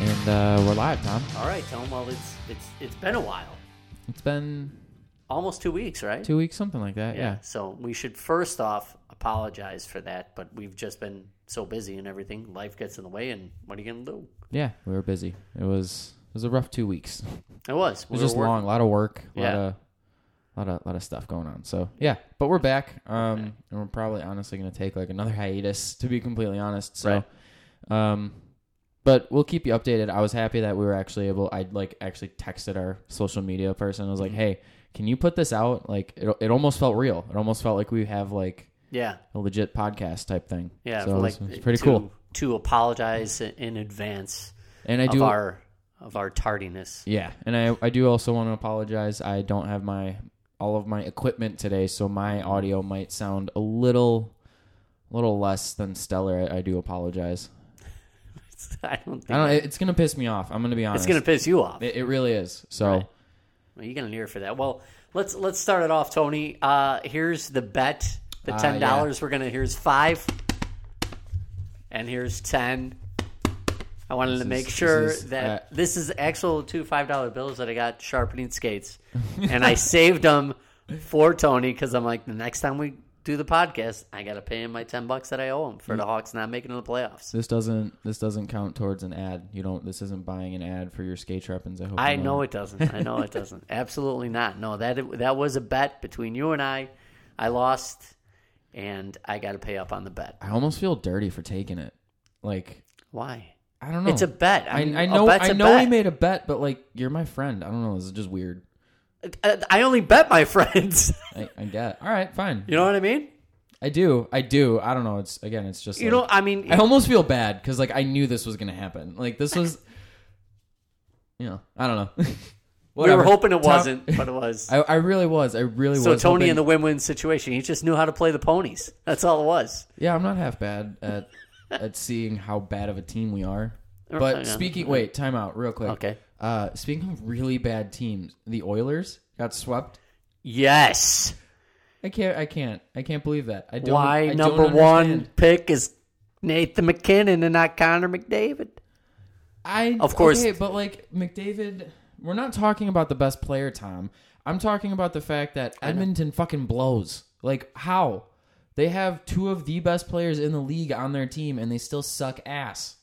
and uh, we're live, Tom. All right, tell them. Well, it's it's it's been a while, It's been almost two weeks, right? two weeks, something like that. Yeah. So we should first off apologize for that, but we've just been so busy and everything. Life gets in the way, and what are you gonna do? Yeah, we were busy. It was it was a rough two weeks. It It was. We was were just working- long, a lot of work, a lot Yeah. of lot of lot of stuff going on. So yeah, but we're back, um, and we're probably honestly going to take like another hiatus, to be completely honest. So, um, but we'll keep you updated. I was happy that we were actually able. I like actually texted our social media person. I was like, hey, can you put this out? Like, it it almost felt real. It almost felt like we have like Yeah, a legit podcast type thing. yeah. so like it's, it's pretty to, cool. to apologize in advance And I of do, our of our tardiness. yeah, and I I do also want to apologize. I don't have my all of my equipment today, so my audio might sound a little, little less than stellar. I, I do apologize. I don't think I don't. It's gonna piss me off. I'm gonna be honest. it's gonna piss you off. It, it really is. So Well, You're gonna hear for that. Well, let's let's start it off, Tony. Uh, here's the bet. The Ah, ten dollars we're gonna here's five, and here's ten. I wanted to is- make this sure is, that uh, this is actual two five dollar bills that I got sharpening skates, and I saved them for Tony because I'm like the next time we do the podcast, I gotta pay him my ten bucks that I owe him for Mm. the Hawks not making the playoffs. this doesn't this doesn't count towards an ad. You don't. This isn't buying an ad for your skate sharpens. I hope. I you know it doesn't. I know it doesn't. Absolutely not. No, that that was a bet between you and I. I lost, and I got to pay up on the bet. I almost feel dirty for taking it. Like Why? I don't know. It's a bet. Oh. I, mean, I a know. bet's I a know we bet. made a bet, but like you're my friend. I don't know. This is just weird. Uh, I I only bet my friends. I, I get. All right, fine. you know what I mean? I do. I do. I don't know. It's again. It's just. You like- know, I mean, I almost feel bad because like I knew this was gonna happen. Like this was. You know. I don't know. we Whatever. were hoping it Tom- wasn't, but it was. I, I really was. I really so was. Tony hoping- in the win-win situation, he just knew how to play the ponies. That's all it was. Yeah, I'm not half bad at at seeing how bad of a team we are. Oh, yeah. But speaking, wait, time out, real quick. Okay. Uh, speaking of really bad teams, the Oilers got swept. Yes. I can't. I can't. I can't believe that. I don't. I Why don't number one understand. pick is Nathan McKinnon and not Connor McDavid? I Of course. okay, but like McDavid, we're not talking about the best player, Tom. I'm talking about the fact that Edmonton fucking blows. Like how they have two of the best players in the league on their team, and they still suck ass.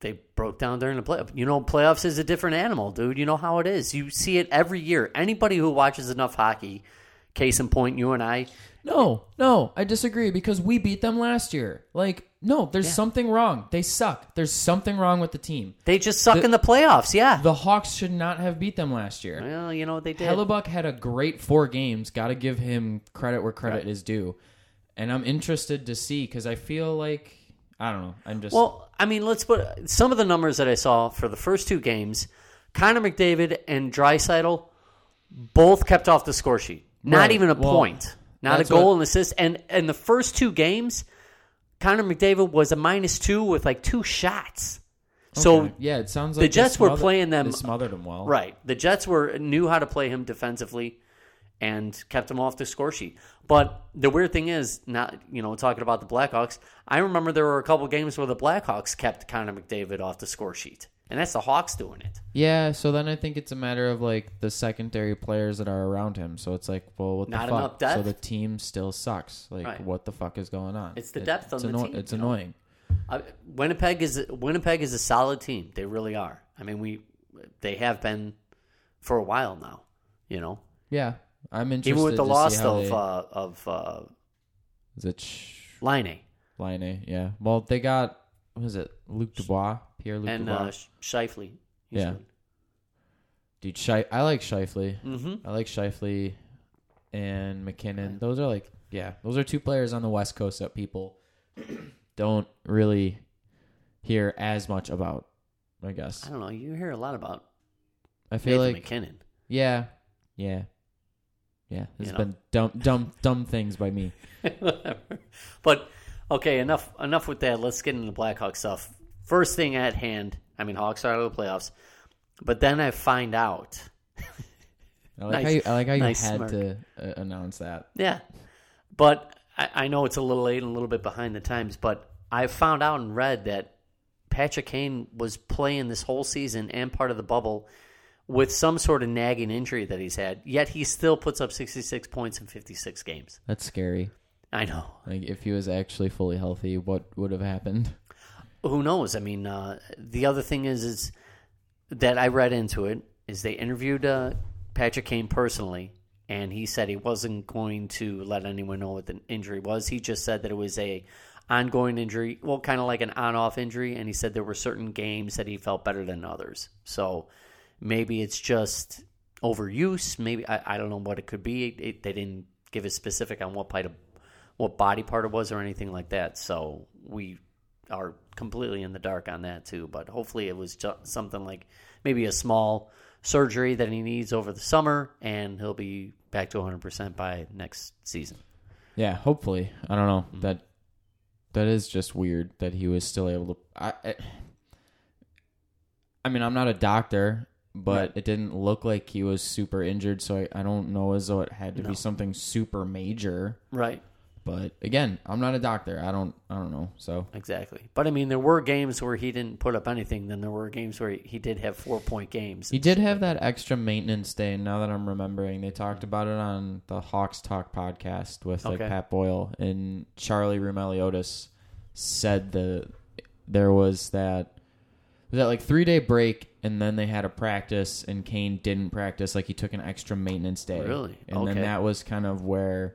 they broke down during the playoff. You know, playoffs is a different animal, dude. You know how it is. You see it every year. Anybody who watches enough hockey, case in point, you and I. No, no, I disagree because we beat them last year. Like, no, there's something wrong. They suck. There's something wrong with the team. They just suck in the playoffs, yeah. The Hawks should not have beat them last year. well, you know, they did. Hellebuck had a great four games. Got to give him credit where credit is due. And I'm interested to see because I feel like I don't know. I'm just Well, I mean, let's put some of the numbers that I saw for the first two games. Connor McDavid and Drysidel both kept off the score sheet. Not Right. even a Well, point. Not a that's goal, what- and assist. And in the first two games, Connor McDavid was a minus two with like two shots. So Okay. yeah, it sounds like they Jets were smothered- playing them- They smothered them well. Right. The Jets were knew how to play him defensively and kept him off the score sheet. But the weird thing is, not you know, talking about the Blackhawks, I remember there were a couple games where the Blackhawks kept Connor McDavid off the score sheet. And that's the Hawks doing it. Yeah. So then I think it's a matter of like the secondary players that are around him. So it's like, well, what Not the fuck? enough depth? So the team still sucks. Like, Right. what the fuck is going on? It's the depth on it's the anno- team, It's you know? annoying. Uh, Winnipeg is Winnipeg is a solid team. They really are. I mean, we they have been for a while now, you know. Yeah, I'm interested. Even with the to loss see how of they, uh, of uh, is it Sh- Line A Line A? Yeah. Well, they got what is it? Luke Dubois, Pierre Luke and Dubois. uh, Shifley. Yeah. Dude, Shif- I like Shifley. Mm-hmm. I like Shifley and McKinnon. Those are like, yeah, those are two players on the West Coast that people don't really hear as much about. I guess I don't know. You hear a lot about I feel Nathan like, McKinnon. yeah, yeah, yeah. There's know. been dumb, dumb, dumb things by me. Whatever. But okay, enough enough with that. Let's get into the Blackhawks stuff. First thing at hand. I mean, Hawks are out of the playoffs, but then I find out. I like Nice- how you, I like how you nice had smirk. to uh, announce that. Yeah, but I, I know it's a little late and a little bit behind the times. But I found out and read that Patrick Kane was playing this whole season and part of the bubble with some sort of nagging injury that he's had, yet he still puts up 66 points in 56 games. That's scary. I know. Like if he was actually fully healthy, what would have happened? Who knows? I mean, uh, the other thing is is that I read into it is they interviewed uh, Patrick Kane personally, and he said he wasn't going to let anyone know what the injury was. He just said that it was a ongoing injury, well, kind of like an on-off injury, and he said there were certain games that he felt better than others. So maybe it's just overuse. Maybe I, I don't know what it could be. It, they didn't give a specific on what part of what body part it was or anything like that. So we are completely in the dark on that too. But hopefully it was ju- something like maybe a small surgery that he needs over the summer, and he'll be back to 100% by next season. Yeah, hopefully. I don't know. Mm-hmm. That that is just weird that he was still able to I I, I mean, I'm not a doctor, but Right. it didn't look like he was super injured, so I, I don't know as though it had to No. be something super major. Right. But again, I'm not a doctor. I don't I don't know. So Exactly. But I mean, there were games where he didn't put up anything. Then there were games where he, he did have four point games. He did have that extra maintenance day. and Now that I'm remembering, they talked about it on the Hawks Talk podcast with like Okay. Pat Boyle and Charlie Rumeliotis said the there was that was that like three day break and then they had a practice and Kane didn't practice like he took an extra maintenance day Really? and Okay. then that was kind of where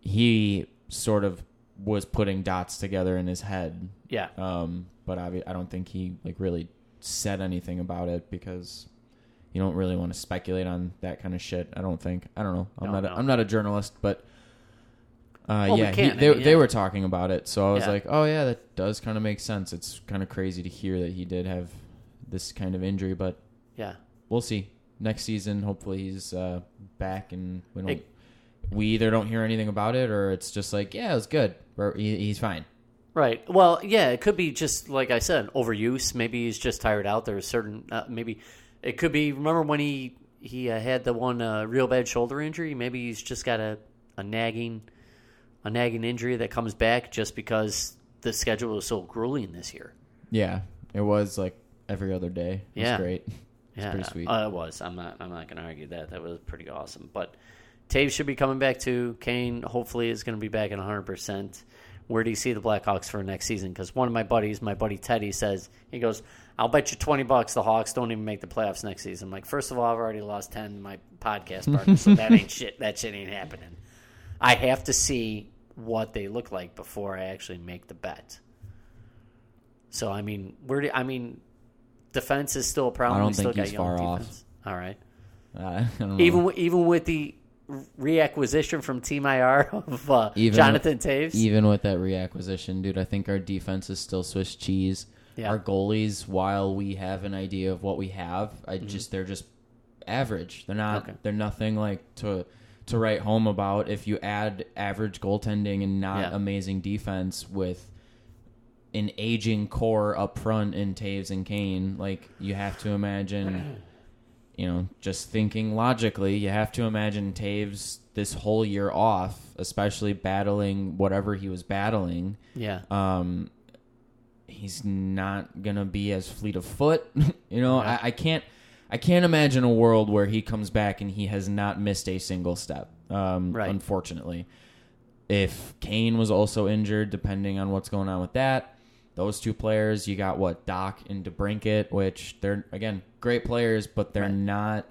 he sort of was putting dots together in his head Yeah. um, but I, I don't think he like really said anything about it because you don't really want to speculate on that kind of shit. I don't think. I don't know. I'm No, not. A, no. I'm not a journalist, but uh, Well, we yeah, he- can't, I they mean, they yeah. were talking about it, so I was Yeah. like, oh yeah, that does kind of make sense. It's kind of crazy to hear that he did have this kind of injury, but Yeah. we'll see. Next season, hopefully he's uh, back, and we don't. Hey. we either don't hear anything about it, or it's just like, yeah, it was good. Or he, he's fine. Right. Well, yeah, it could be just like I said, overuse. Maybe he's just tired out. There's certain uh, maybe it could be. Remember when he he uh, had the one uh, real bad shoulder injury? Maybe he's just got a a nagging a nagging injury that comes back just because the schedule is so grueling this year. Yeah, it was like every other day. It Yeah. was great. Yeah, pretty sweet. Uh, it was. I'm not. I'm not going to argue that. That was pretty awesome. But Tave should be coming back too. Kane hopefully is going to be back at 100. percent Where do you see the Blackhawks for next season? Because one of my buddies, my buddy Teddy, says he goes, "I'll bet you 20 bucks the Hawks don't even make the playoffs next season." I'm like, first of all, I've already lost 10 in my podcast partner, so that ain't shit. That shit ain't happening. I have to see what they look like before I actually make the bet. So I mean, where do I mean? Defense is still a problem. I don't We still think got he's young far off. defense. All right. Uh, I don't know. Even wi- even with the reacquisition from Team IR of uh, Even- Jonathan Taves, even with that reacquisition, dude, I think our defense is still Swiss cheese. Yeah. Our goalies, while we have an idea of what we have, I just they're just average. They're not. Mm-hmm. Okay. They're nothing like to to write home about. If you add average goaltending and not Yeah. amazing defense with an aging core up front in Taves and Kane, like you have to imagine. you know, just thinking logically, you have to imagine Taves this whole year off, especially battling whatever he was battling. yeah, Um, he's not gonna be as fleet of foot. you know, Yeah. I, I can't, I can't imagine a world where he comes back and he has not missed a single step. Um, Right. unfortunately, if Kane was also injured, depending on what's going on with that, those two players, you got what Doc and DeBrinket, which they're again great players, but they're Right. not.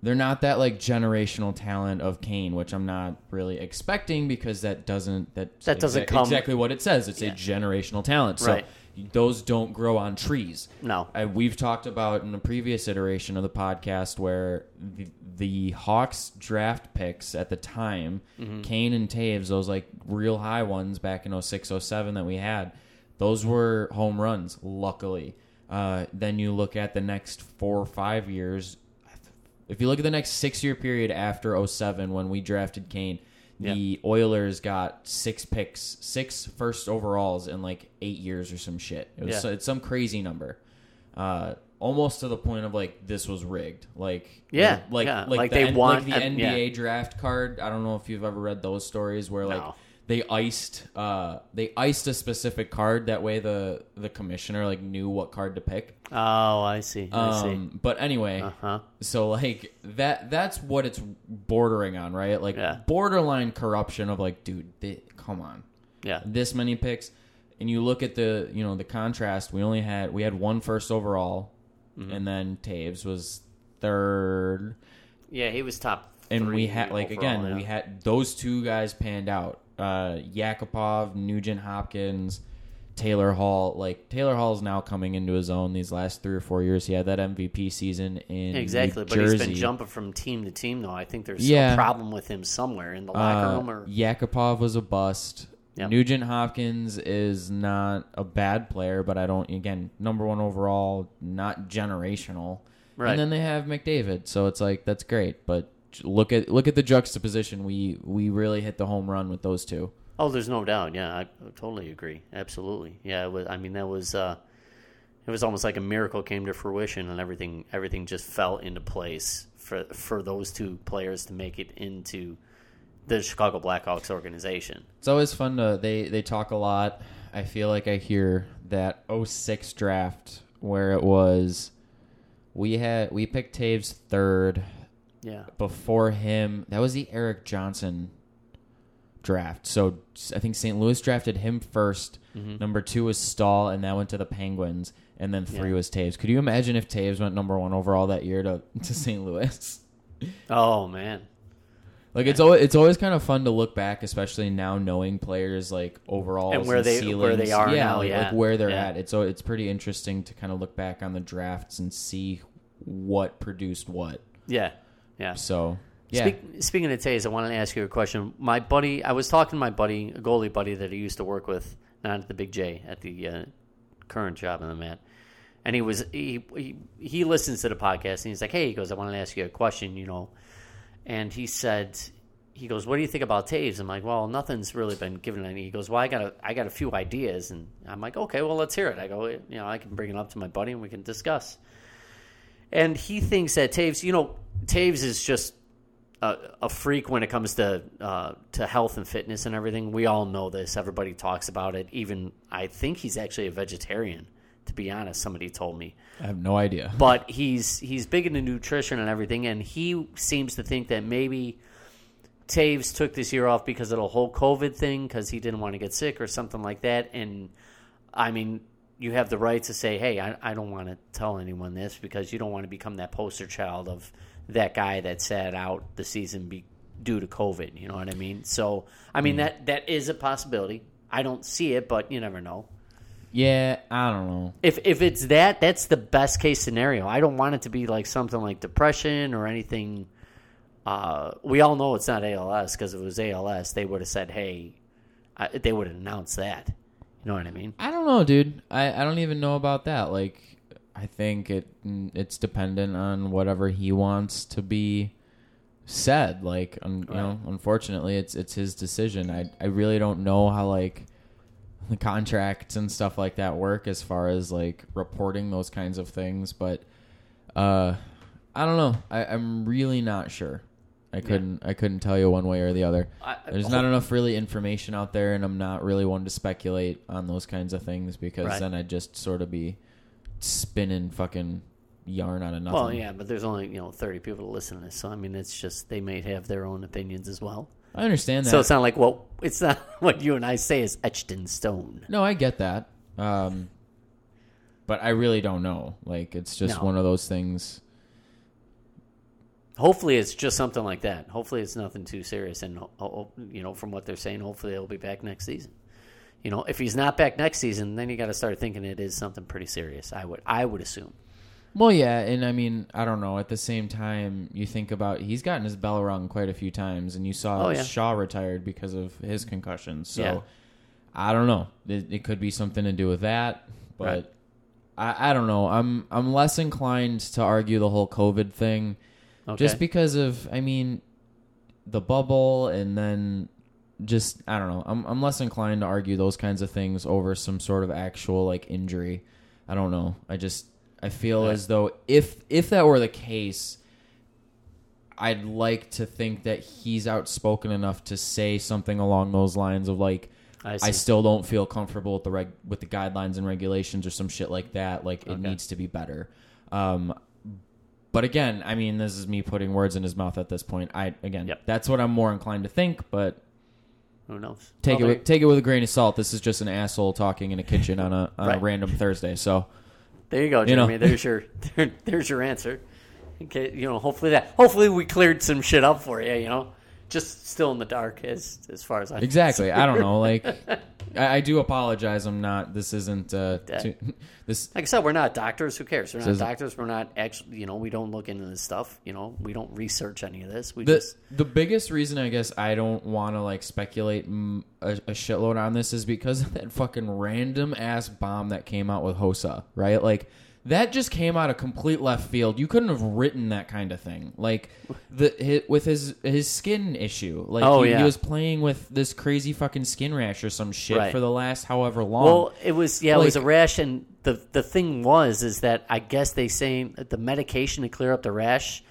They're not that like generational talent of Kane, which I'm not really expecting because that doesn't that That doesn't come- exactly what it says. It's Yeah. a generational talent, so Right. those don't grow on trees. no, I, we've talked about in a previous iteration of the podcast where the, the Hawks draft picks at the time, Kane and Taves, those like real high ones back in 06, 07 that we had, those were home runs, luckily. Uh, then you look at the next four or five years. If you look at the next six year period after 07 when we drafted Kane, the Oilers got six picks, six first overalls in like eight years or some shit. It was Yeah. so- it's some crazy number uh, almost to the point of like this was rigged. Like Yeah, like yeah, like, like the they N- want- like the and- NBA draft card. I don't know if you've ever read those stories where like No. they iced uh they iced a specific card that way the the commissioner like knew what card to pick. Oh, I see. I see. Um, but anyway, Uh huh. so like that that's what it's bordering on, right? Like Yeah. borderline corruption of like, dude, thi- come on, Yeah. this many picks, and you look at the you know the contrast. We only had we had one first overall, Mm-hmm. and then Taves was third, Yeah, he was top. and three we had like overall, again yeah. we had those two guys panned out. Uh, Yakupov, Nugent Hopkins, Taylor Hall. Like Taylor Hall's now coming into his own these last three or four years. He had that MVP season in Exactly, New but Jersey. he's been jumping from team to team, though. I think there's Yeah. a problem with him somewhere in the locker Uh, room. Or Yakupov was a bust. Yep. Nugent Hopkins is not a bad player, but I don't. Again, number one overall, not generational. Right. And then they have McDavid, so it's like that's great. But j- look at look at the juxtaposition. We we really hit the home run with those two. oh, there's no doubt. Yeah, I totally agree. Absolutely. Yeah, it was, I mean that was uh, it was almost like a miracle came to fruition, and everything everything just fell into place for for those two players to make it into the Chicago Blackhawks organization. It's always fun to they they talk a lot. I feel like I hear that 06 draft where it was we had we picked Taves third. Yeah. before him, that was the Eric Johnson draft. So I think St. Louis drafted him 1st Mm-hmm. Number two was Stahl, and that went to the Penguins. And then three Yeah. was Taves. Could you imagine if Taves went number one overall that year to, to St. Louis? Oh man. Like it's always it's always kind of fun to look back, especially now knowing players like overall And where they- where they are yeah, now, like, yeah. like where they're Yeah. at. It's so it's pretty interesting to kind of look back on the drafts and see what produced what. Yeah. Yeah. So yeah, Speak, speaking of Tays, I wanted to ask you a question. My buddy, I was talking to my buddy, a goalie buddy that I used to work with, not at the Big J, at the uh, current job in the Met, and he was he, he he listens to the podcast and he's like, hey, he goes, I wanted to ask you a question, you know, and he said. He goes, "What do you think about Taves?" I'm like, "Well, nothing's really been given any." He goes, "Well, I got a, I got a few ideas," and I'm like, "Okay, well, let's hear it." I go, "You know, I can bring it up to my buddy and we can discuss." And he thinks that Taves, you know, Taves is just a, a freak when it comes to uh, to health and fitness and everything. We all know this. Everybody talks about it. Even I think he's actually a vegetarian. To be honest, somebody told me. I have no idea. But he's he's big into nutrition and everything, and he seems to think that maybe Taves took this year off because of the whole COVID thing, because he didn't want to get sick or something like that. And I mean, you have the right to say, "Hey, I, I don't want to tell anyone this because you don't want to become that poster child of that guy that sat out the season be, due to COVID." You know what I mean? So, I mean that that is a possibility. I don't see it, but you never know. Yeah, I don't know. If if it's that, that's the best case scenario. I don't want it to be like something like depression or anything. Uh, we all know it's not ALS because if it was ALS, they would have said, "Hey," I, they would have announced that. You know what I mean? I don't know, dude. I, I don't even know about that. Like, I think it mm, it's dependent on whatever he wants to be said. Like, un, you know, unfortunately, it's it's his decision. I I really don't know how like the contracts and stuff like that work as far as like reporting those kinds of things, but uh, I don't know. I, I'm really not sure. I couldn't I couldn't tell you one way or the other. I- I- There's not enough really information out there, and I'm not really one to speculate on those kinds of things because Right. then I'd just sort of be spinning fucking yarn out of nothing. Well, yeah, but there's only you know 30 people to listen to this, so I mean, it's just they may have their own opinions as well. I understand that. So it's not like well, it's not what you and I say is etched in stone. no, I get that. Um, but I really don't know. Like, it's just No. one of those things. Hopefully, it's just something like that. Hopefully, it's nothing too serious, and ho- ho- you know, from what they're saying, hopefully he'll be back next season. You know, if he's not back next season, then you got to start thinking it is something pretty serious. I would, I would assume. Well, yeah, and I mean, I don't know. At the same time, you think about he's gotten his bell rung quite a few times, and you saw Oh, yeah. Shaw retired because of his concussion. So Yeah. I don't know. It, it could be something to do with that, but Right. I, I don't know. I'm I'm less inclined to argue the whole COVID thing, Okay. just because of I mean, the bubble, and then just I don't know. I'm I'm less inclined to argue those kinds of things over some sort of actual like injury. I don't know. I just I feel Yeah. as though if if that were the case, I'd like to think that he's outspoken enough to say something along those lines of like I I see. still don't feel comfortable with the reg- with the guidelines and regulations or some shit like that. Like it Okay. needs to be better. Um, but again, I mean, this is me putting words in his mouth at this point. I again, Yep. that's what I'm more inclined to think. But Who knows? take Well, it with, take it with a grain of salt. This is just an asshole talking in a kitchen on a on a Right. random Thursday. So There you go, You know. Jeremy. There's your there, there's your answer. Okay, you know, hopefully that hopefully we cleared some shit up for you. You know, just still in the dark as as far as I exactly, I don't know. Like I, I do apologize. I'm not. This isn't. Uh, Yeah. too, this Like I said, we're not doctors. Who cares? We're not Says- doctors. We're not actually, you know, we don't look into this stuff. You know, we don't research any of this. We the just the biggest reason I guess I don't want to like speculate mm, a, a shitload on this is because of that fucking random ass bomb that came out with Hosa, right? Like that just came out of complete left field. You couldn't have written that kind of thing. Like the hit with his his skin issue. Like Oh, he, he yeah. was playing with this crazy fucking skin rash or some shit Right. for the last however long. well, it was yeah, it was a like- rash, and the the thing was is that I guess they saying that the medication to clear up the rash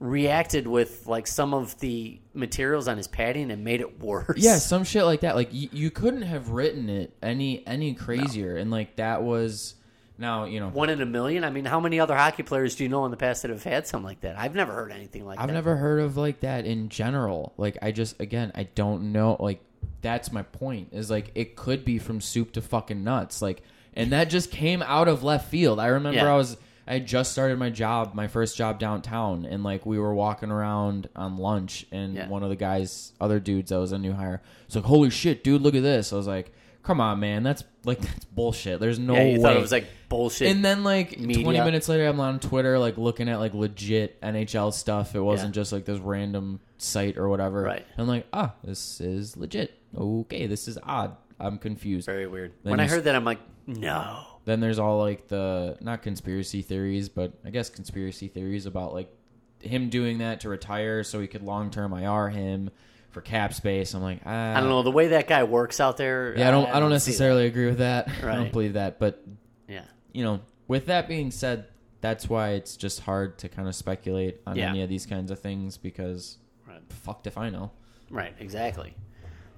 reacted with like some of the materials on his padding and made it worse. Yeah, some shit like that. Like you, you couldn't have written it any any crazier. And like that was now, you know, one in a million. I mean, how many other hockey players do you know in the past that have had something like that? I've never heard anything like I've that. never heard of like that in general. Like I just again, I don't know like that's my point is like it could be from soup to fucking nuts. Like and that just came out of left field. I remember Yeah. I was I had just started my job, my first job downtown and like we were walking around on lunch and Yeah. one of the guys other dudes that was a new hire was like, Holy shit, dude, look at this. I was like, Come on, man, that's like that's bullshit. There's no yeah, you way thought it was like bullshit. and then like media. 20 minutes later i'm on twitter like looking at like legit nhl stuff it wasn't just like this random site or whatever Right. i'm like ah this is legit okay this is odd i'm confused Very weird. Then when you I s- heard that, I'm like, no. then there's all like the not conspiracy theories but i guess conspiracy theories about like him doing that to retire so he could long term ir him for cap space i'm like ah, I don't know the way that guy works out there. yeah i don't i don't see necessarily agree with that i don't Right. believe that but that. Yeah, you know, with that being said, that's why it's just hard to kind of speculate on Yeah. any of these kinds of things because right, fucked if I know. right, exactly.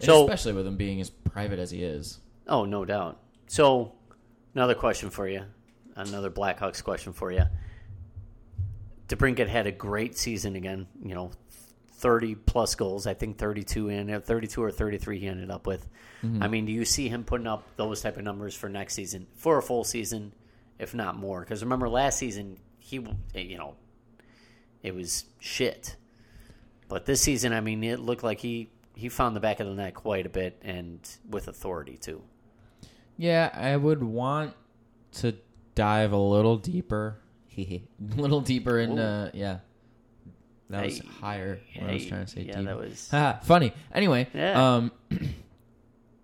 And So, especially with him being as private as he is. oh, no doubt. So, another question for you, another Blackhawks question for you. DeBrinket had a great season again. You know, thirty plus goals. I think thirty-two and thirty-two or thirty-three he ended up with. I mean, do you see him putting up those type of numbers for next season, for a full season, if not more? Because remember last season he, eh, you know, it was shit. But this season, I mean, it looked like he he found the back of the net quite a bit and with authority too. Yeah, I would want to dive a little deeper. a little deeper into yeah. That was Hey, higher when I was hey, trying to say yeah, deep. that was- Haha, funny. Anyway, Yeah. um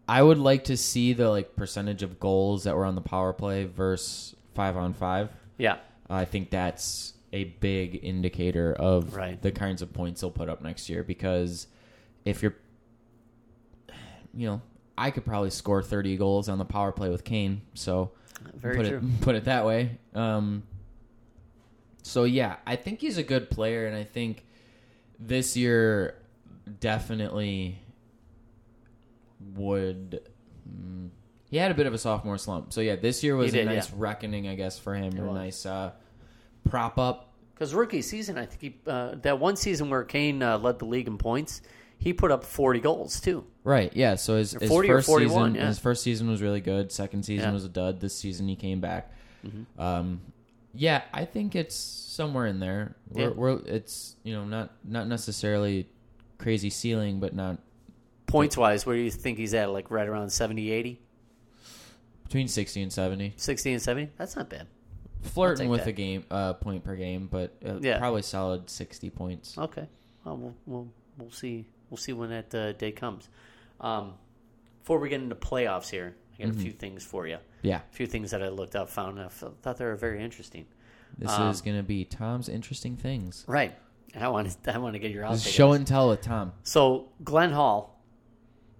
I would like to see the like percentage of goals that were on the power play versus 5 on 5. Yeah, I think that's a big indicator of Right. the kinds of points they'll put up next year because if you're, you know, I could probably score 30 goals on the power play with Kane. So very put true. it put it that way. Um, so yeah, I think he's a good player, and I think this year definitely would. mm, he had a bit of a sophomore slump, so yeah, this year was He did, a nice reckoning, I guess, for him. or a was. nice uh, prop up. Because rookie season, I think he uh, that one season where Kane uh, led the league in points, he put up forty goals too. Right, yeah. So his, his 40 or first 41, season, yeah. his first season was really good. Second season Yeah. Mm-hmm. was a dud. This season he came back. Um, yeah, I think it's somewhere in there. We're, Yeah. we're it's you know not not necessarily crazy ceiling, but not Points wise, where do you think he's at? Like right around 70, 80, between sixty and seventy. 60 and seventy. That's not bad. Flirting take with that. a game uh, point per game, but uh, Yeah. Oh. probably solid sixty points. Okay. Well, we'll we'll, we'll see. We'll see when that uh, day comes. Um, before we get into playoffs here, I Mm-hmm. got a few things for you. Yeah, A few things that I looked up, found, I felt- thought they were very interesting. this Um, is gonna be Tom's interesting things. Right. And I want to, I want to get your This is outtake. of show and tell with Tom. So Glenn Hall,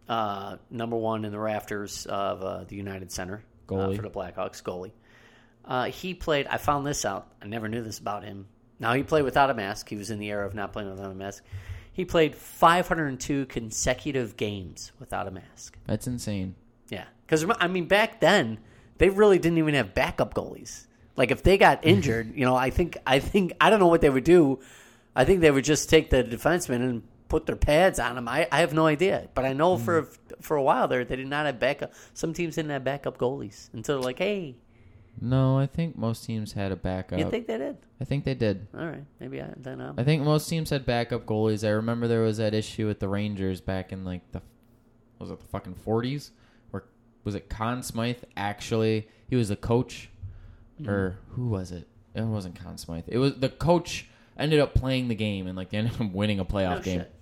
uh, number one in the rafters of uh, the United Center uh, Goalie. for the Blackhawks goalie. Uh, he played. I found this out. I never knew this about him. Now he played without a mask. He was in the era of not playing without a mask. He played 502 consecutive games without a mask. That's insane. Yeah, because I mean, back then they really didn't even have backup goalies. Like if they Mm-hmm. got injured, you know, I think I think I don't know what they would do. I think they would just take the defenseman and put their pads on them. I, I have no idea, but I know for Mm-hmm. for a while there they did not have backup. Some teams didn't have backup goalies until like, hey, No, I think most teams had a backup. you think they did? I think they did. All right, maybe I don't know. I think most teams had backup goalies. I remember there was that issue with the Rangers back in like the was it the fucking forties or was it Con Smythe? Actually, he was the coach, Mm. or who was it? It wasn't Con Smythe. It was the coach ended up playing the game and like they ended up winning a playoff No game. Oh, shit.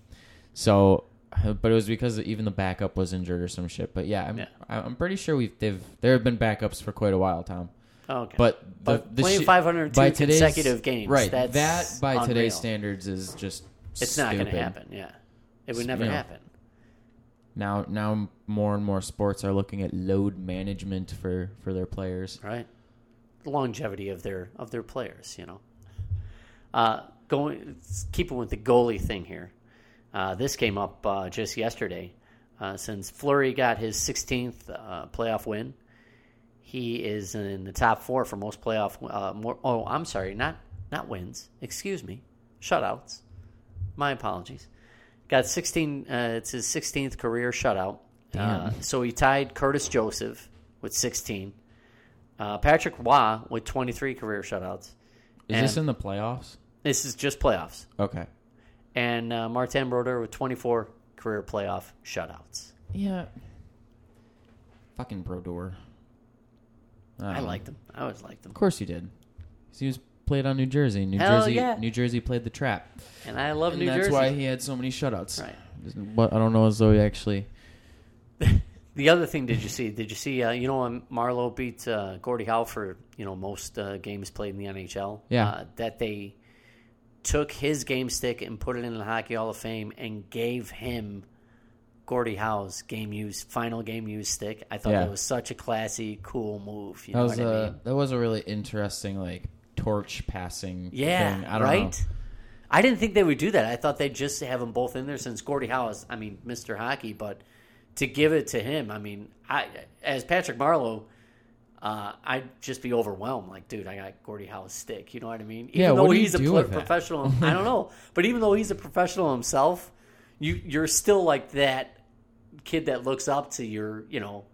So, but it was because even the backup was injured or some shit. But yeah, I'm Yeah. I- I'm pretty sure we've they've there have been backups for quite a while, Tom. Oh, okay, But the, But the playing shi- 502 by today's- consecutive games, right? that's that by unreal. today's standards is just it's not going to stupid. happen. Yeah, it would S- never you know. happen. Now, now more and more sports are looking at load management for for their players. right? The longevity of their of their players, you know. Uh, going keeping with the goalie thing here. Uh, this came up uh, just yesterday. Uh, since Flurry got his 16th uh, playoff win, he is in the top four for most playoff. Uh, more, oh, I'm sorry, not not wins. Excuse me, shutouts. My apologies. Got 16. Uh, it's his 16th career shutout. Uh, so he tied Curtis Joseph with 16. Uh, Patrick Waugh with 23 career shutouts. Is this And- in the playoffs? This is just playoffs. Okay. And uh, Martin Brodeur with 24 career playoff shutouts. Yeah. Fucking Brodeur. don't I know. liked them. I always liked them. Of course you did. 'Cause He was played on New Jersey. New Hell Jersey. yeah. New Jersey played the trap. And I love and New that's Jersey. why he had so many shutouts. Right. But I don't know as though he actually. The other thing, did you see? Did you see? Uh, you know, when Marlowe beat uh, Gordie Howe for you know most uh, games played in the NHL. Yeah. uh, that they took his game stick and put it in the Hockey Hall of Fame and gave him Gordie Howe's game use final game use stick. I thought Yeah. that was such a classy, cool move. You That know was what I a mean? that was a really interesting like torch passing. Yeah, thing. I don't right. know. I didn't think they would do that. I thought they'd just have them both in there since Gordie Howe is, I mean, Mr. Hockey. But to give it to him, I mean, I as Patrick Marlowe, uh, I'd just be overwhelmed. Like, dude, I got Gordie Howe's stick. You know what I mean? Even Yeah, though what do you he's a do pro- with that? professional, I don't know. But even though he's a professional himself, you you're still like that kid that looks up to your, you know,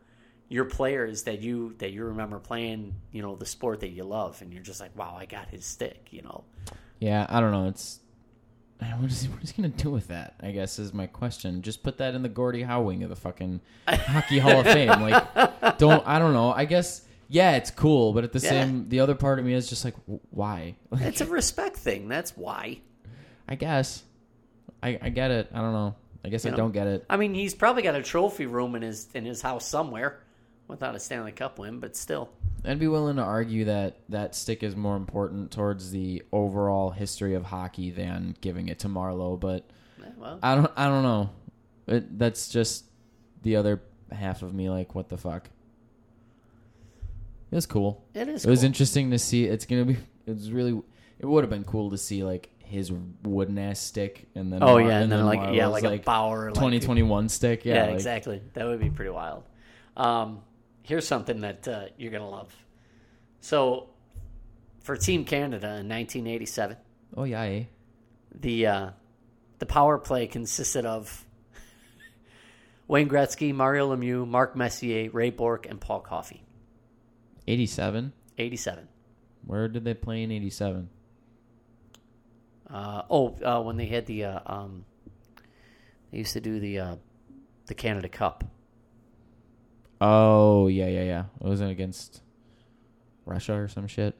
your players that you that you remember playing, you know, the sport that you love, and you're just like, wow, I got his stick. You know. Yeah, I don't know. It's I don't- what is he, what is he gonna do with that? I guess is my question. Just put that in the Gordie Howe wing of the fucking hockey Hall of Fame. Like, don't I don't know. I guess yeah, it's cool, but at the Yeah. same, the other part of me is just like, w- why? Like, It's a respect thing. That's why. I guess I I get it. I don't know. I guess I know. don't get it. I mean, he's probably got a trophy room in his in his house somewhere, without a Stanley Cup win, but still. I'd be willing to argue that that stick is more important towards the overall history of hockey than giving it to Marlowe, but eh, Well, I don't I don't know. It, that's just the other half of me like what the fuck. It was cool. it is. It was cool. interesting to see. It's going to be it's really it would have been cool to see like his wooden ass stick and then Oh Mar- yeah, and, then like yeah, Marlowe's, like, a Bauer like, 2021 stick. Yeah, Yeah, like- exactly. That would be pretty wild. Um, here's something that uh, you're gonna love. So, for Team Canada in 1987, Oh yeah. Eh? the uh, the power play consisted of Wayne Gretzky, Mario Lemieux, Mark Messier, Ray Bork, and Paul Coffey. 87. 87. Where did they play in 87? Uh, oh, uh, when they had the uh, um, they used to do the uh, the Canada Cup. Oh yeah, yeah, yeah. It was against Russia or some shit.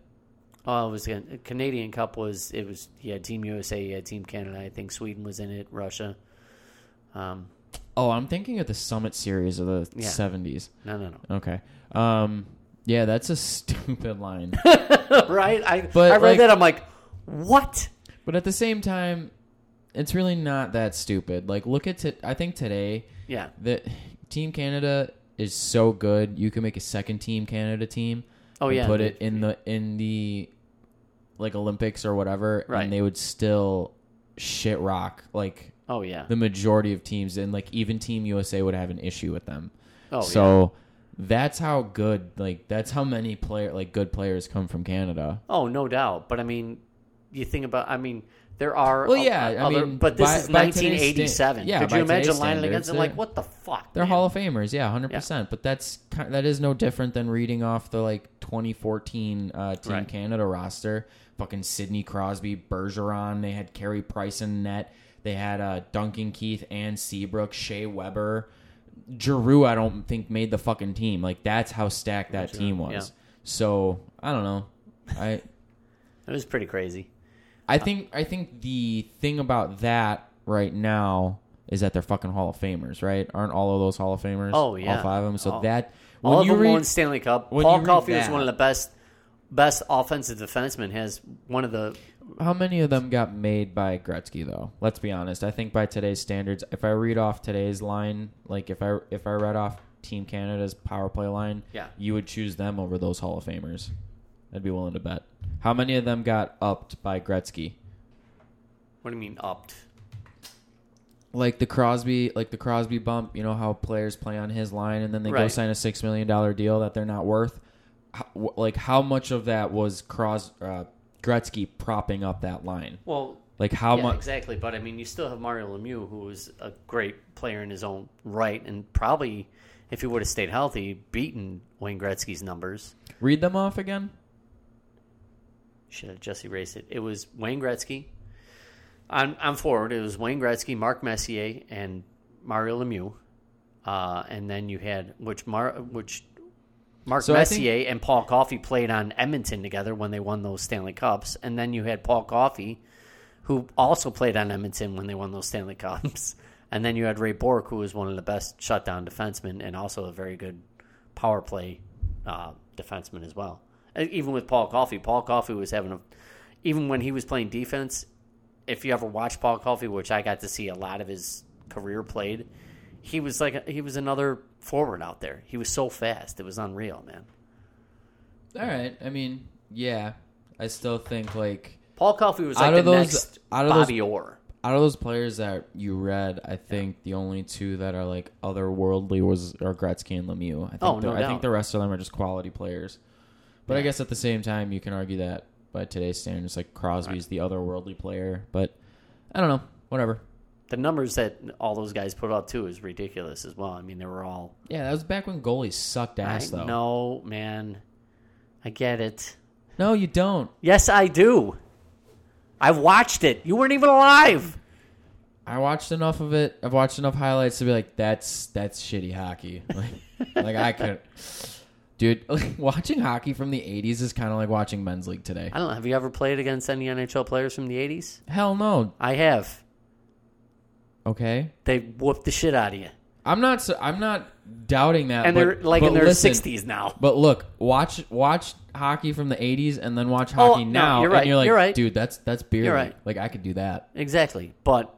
Oh, it was the Canadian Cup. Was it was yeah? Team USA, yeah, Team Canada. I think Sweden was in it. Russia. Um, Oh, I'm thinking of the Summit Series of the Yeah. 70s. no, no, no. Okay. Um. Yeah, that's a stupid line. right? I But, I read like- that. I'm like, what? but at the same time, it's really not that stupid. Like, look at it. I think today Yeah, that Team Canada is so good. You can make a second Team Canada team. Oh, and yeah, Put dude. it in the in the like Olympics or whatever, Right. and they would still shit rock like Oh yeah. the majority of teams, and like even Team USA would have an issue with them. Oh yeah. so that's how good, like that's how many player, like good players come from Canada. Oh no doubt. But I mean, you think about. I mean, there are. Well, o- uh, yeah, I Other, mean, but this by- is by today's 1987. sta- yeah, Could by you imagine today's lining standards, against them like, yeah. what the fuck? They're man? Hall of Famers, yeah, hundred percent. But that's ki- that is no different than reading off the like 2014 uh, Team Right. Canada roster. Fucking Sidney Crosby, Bergeron. They had Carey Price in net. They had uh, Duncan Keith and Seabrook, Shea Weber, Giroux. I don't think made the fucking team. Like that's how stacked that team was. yeah. So I don't know. I It was pretty crazy. I think I think the thing about that right now is that they're fucking Hall of Famers, right? Aren't all of those Hall of Famers? Oh, yeah. all five of them. So All- that when All of you them read, won Stanley Cup. when you Paul read Caulfield is that- one of the best, best offensive defensemen. Has one of the how many of them got made by Gretzky though? Let's be honest. I think by today's standards, if I read off today's line, like if I if I read off Team Canada's power play line, Yeah. you would choose them over those Hall of Famers. I'd be willing to bet. How many of them got upped by Gretzky? What do you mean upped? like the Crosby, like the Crosby bump. You know how players play on his line, and then they go Right. sign a six million dollar deal that they're not worth. How, wh- like how much of that was Cros uh, Gretzky propping up that line? Well, Like how yeah, much? exactly. But I mean, you still have Mario Lemieux, who was a great player in his own right, and probably, if he would have stayed healthy, beaten Wayne Gretzky's numbers. Read them off again. Should have just erased it. It was Wayne Gretzky. I'm I'm forward. It was Wayne Gretzky, Mark Messier, and Mario Lemieux. Uh, and then you had which Mar which Mark So I think- Messier and Paul Coffey played on Edmonton together when they won those Stanley Cups. And then you had Paul Coffey, who also played on Edmonton when they won those Stanley Cups. And then you had Ray Bork, who was one of the best shutdown defensemen and also a very good power play uh, defenseman as well. And Even with Paul Coffey, Paul Coffey was having a, even when he was playing defense. If you ever watched Paul Coffey, which I got to see a lot of his career played, he was like he was another forward out there. He was so fast, it was unreal, man. All right. I mean, yeah. I still think like Paul Coffey was Out like of the those- next out of those- Bobby Orr. out of those players that you read, I think the only two that are like otherworldly was are Gretzky and Lemieux. I think Oh, no the- I think doubt. the rest of them are just quality players. But I guess at the same time, you can argue that by today's standards, like Crosby's the otherworldly player. But I don't know. Whatever. The numbers that all those guys put up too is ridiculous as well. I mean, they were all Yeah, that was back when goalies sucked ass, though. no man. I get it. No, you don't. Yes, I do. I've watched it. You weren't even alive. I watched enough of it. I've watched enough highlights to be like, that's that's shitty hockey. Like, like I could, dude. watching hockey from the '80s is kind of like watching men's league today. I don't know. Have you ever played against any NHL players from the 80s? Hell no. I have. Okay. They whooped the shit out of you. I'm not. so- I'm not doubting that. And but- they're like in but their listen, 60s now. But look, watch watch hockey from the '80s and then watch hockey Oh, no, now, you're right, and you're like, you're right. dude, that's that's beer. You're league. right. Like I could do that Exactly. But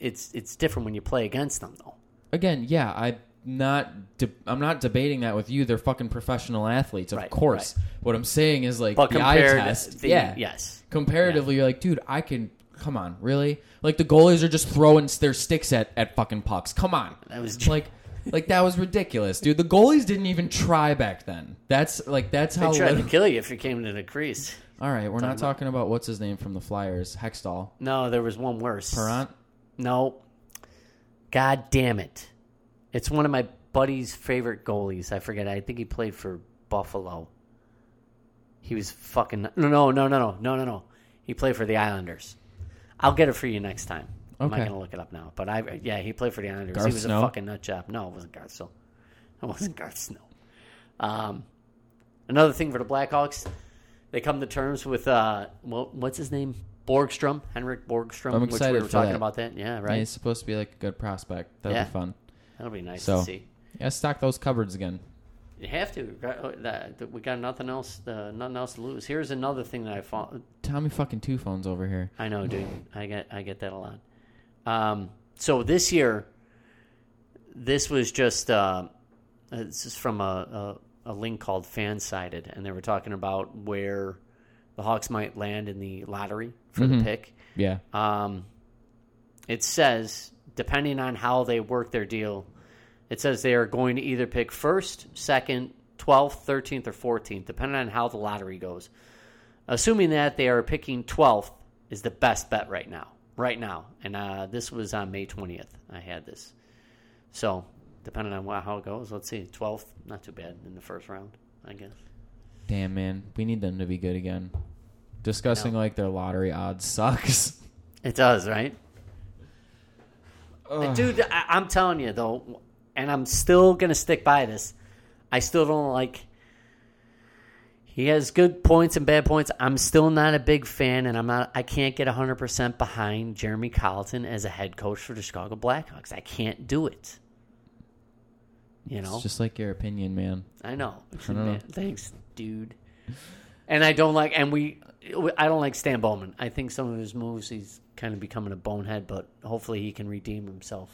it's it's different when you play against them though. again. Yeah, I'm not. De- I'm not debating that with you. They're fucking professional athletes, of Right, course. What I'm saying is like But the eye compared test. the- yeah, yes. Comparatively, you're like, dude, I can. Come on, really? Like the goalies are just throwing their sticks at at fucking pucks. Come on. That was like like that was ridiculous, dude. The goalies didn't even try back then. That's like that's They how. tried to little- kill you if you came to the crease. All right, we're not talking about what's his name from the Flyers, Hextall, No, there was one worse. Perrant. No. God damn it. It's one of my buddy's favorite goalies. I forget. I think he played for Buffalo. He was fucking No, no, no, no, no. No, no, no. He played for the Islanders. I'll get it for you next time. I'm not Okay. going to look it up now, but I yeah, he played for the Islanders. he Garth was Snow? a fucking nut job. No, it wasn't Garth Snow. It wasn't Garth Snow. Um, another thing for the Blackhawks, they come to terms with uh, what, what's his name, Borgstrom, Henrik Borgstrom, I'm which excited we were for talking that. about that. Yeah, Right. right. He's supposed to be like a good prospect. That'd Yeah. be fun. That'll be nice So. to see. Yeah, stock those cupboards again. You have to. Right? Oh, that- that- We got nothing else. Uh, nothing else to lose. Here's another thing that I found. Tommy fucking two phones over here. I know, dude. I get. I get that a lot. Um, so this year, this was just. Uh, uh, this is from a, a a link called Fansided, and they were talking about where the Hawks might land in the lottery for the pick. Yeah. Um, it says, depending on how they work their deal, it says they are going to either pick first, second, 12th, 13th, or 14th, depending on how the lottery goes. Assuming that they are picking 12th is the best bet right now. Right now. And uh, this was on May 20th. I had this. So, depending on wha- how it goes, let's see. 12th, not too bad in the first round, I guess. Damn man, we need them to be good again. Discussing No. like their lottery odds sucks. It does, right? Ugh. Dude, I, I'm telling you though, and I'm still gonna stick by this. I still don't like. He has good points and bad points. I'm still not a big fan, and I'm not. I can't get 100 percent behind Jeremy Colleton as a head coach for the Chicago Blackhawks. I can't do it. You know, It's just like your opinion, man. I know. don't know. Thanks, dude. And I don't like, and we, I don't like Stan Bowman. I think some of his moves, he's kind of becoming a bonehead, but hopefully he can redeem himself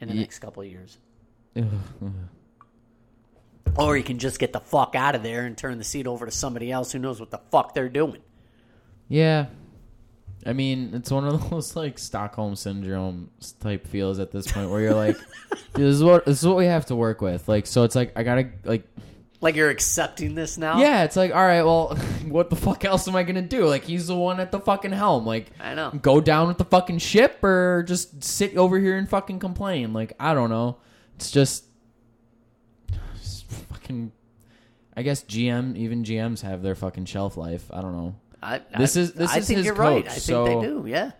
in the Ye- next couple of years. Ugh. Or he can just get the fuck out of there and turn the seat over to somebody else who knows what the fuck they're doing. yeah. I mean, it's one of those like Stockholm syndrome s- type feels at this point where you're like, Dude, this is what this is what we have to work with. Like, so it's like I gotta like Like you're accepting this now? Yeah, it's like, all right, well, what the fuck else am I gonna do? Like, he's the one at the fucking helm. Like, I know. go down with the fucking ship or just sit over here and fucking complain. Like, I don't know. It's just, just fucking. I guess GM, even GMs have their fucking shelf life. I don't know. I, This I- is- this I is think his you're right. coach, I think so- they do, yeah.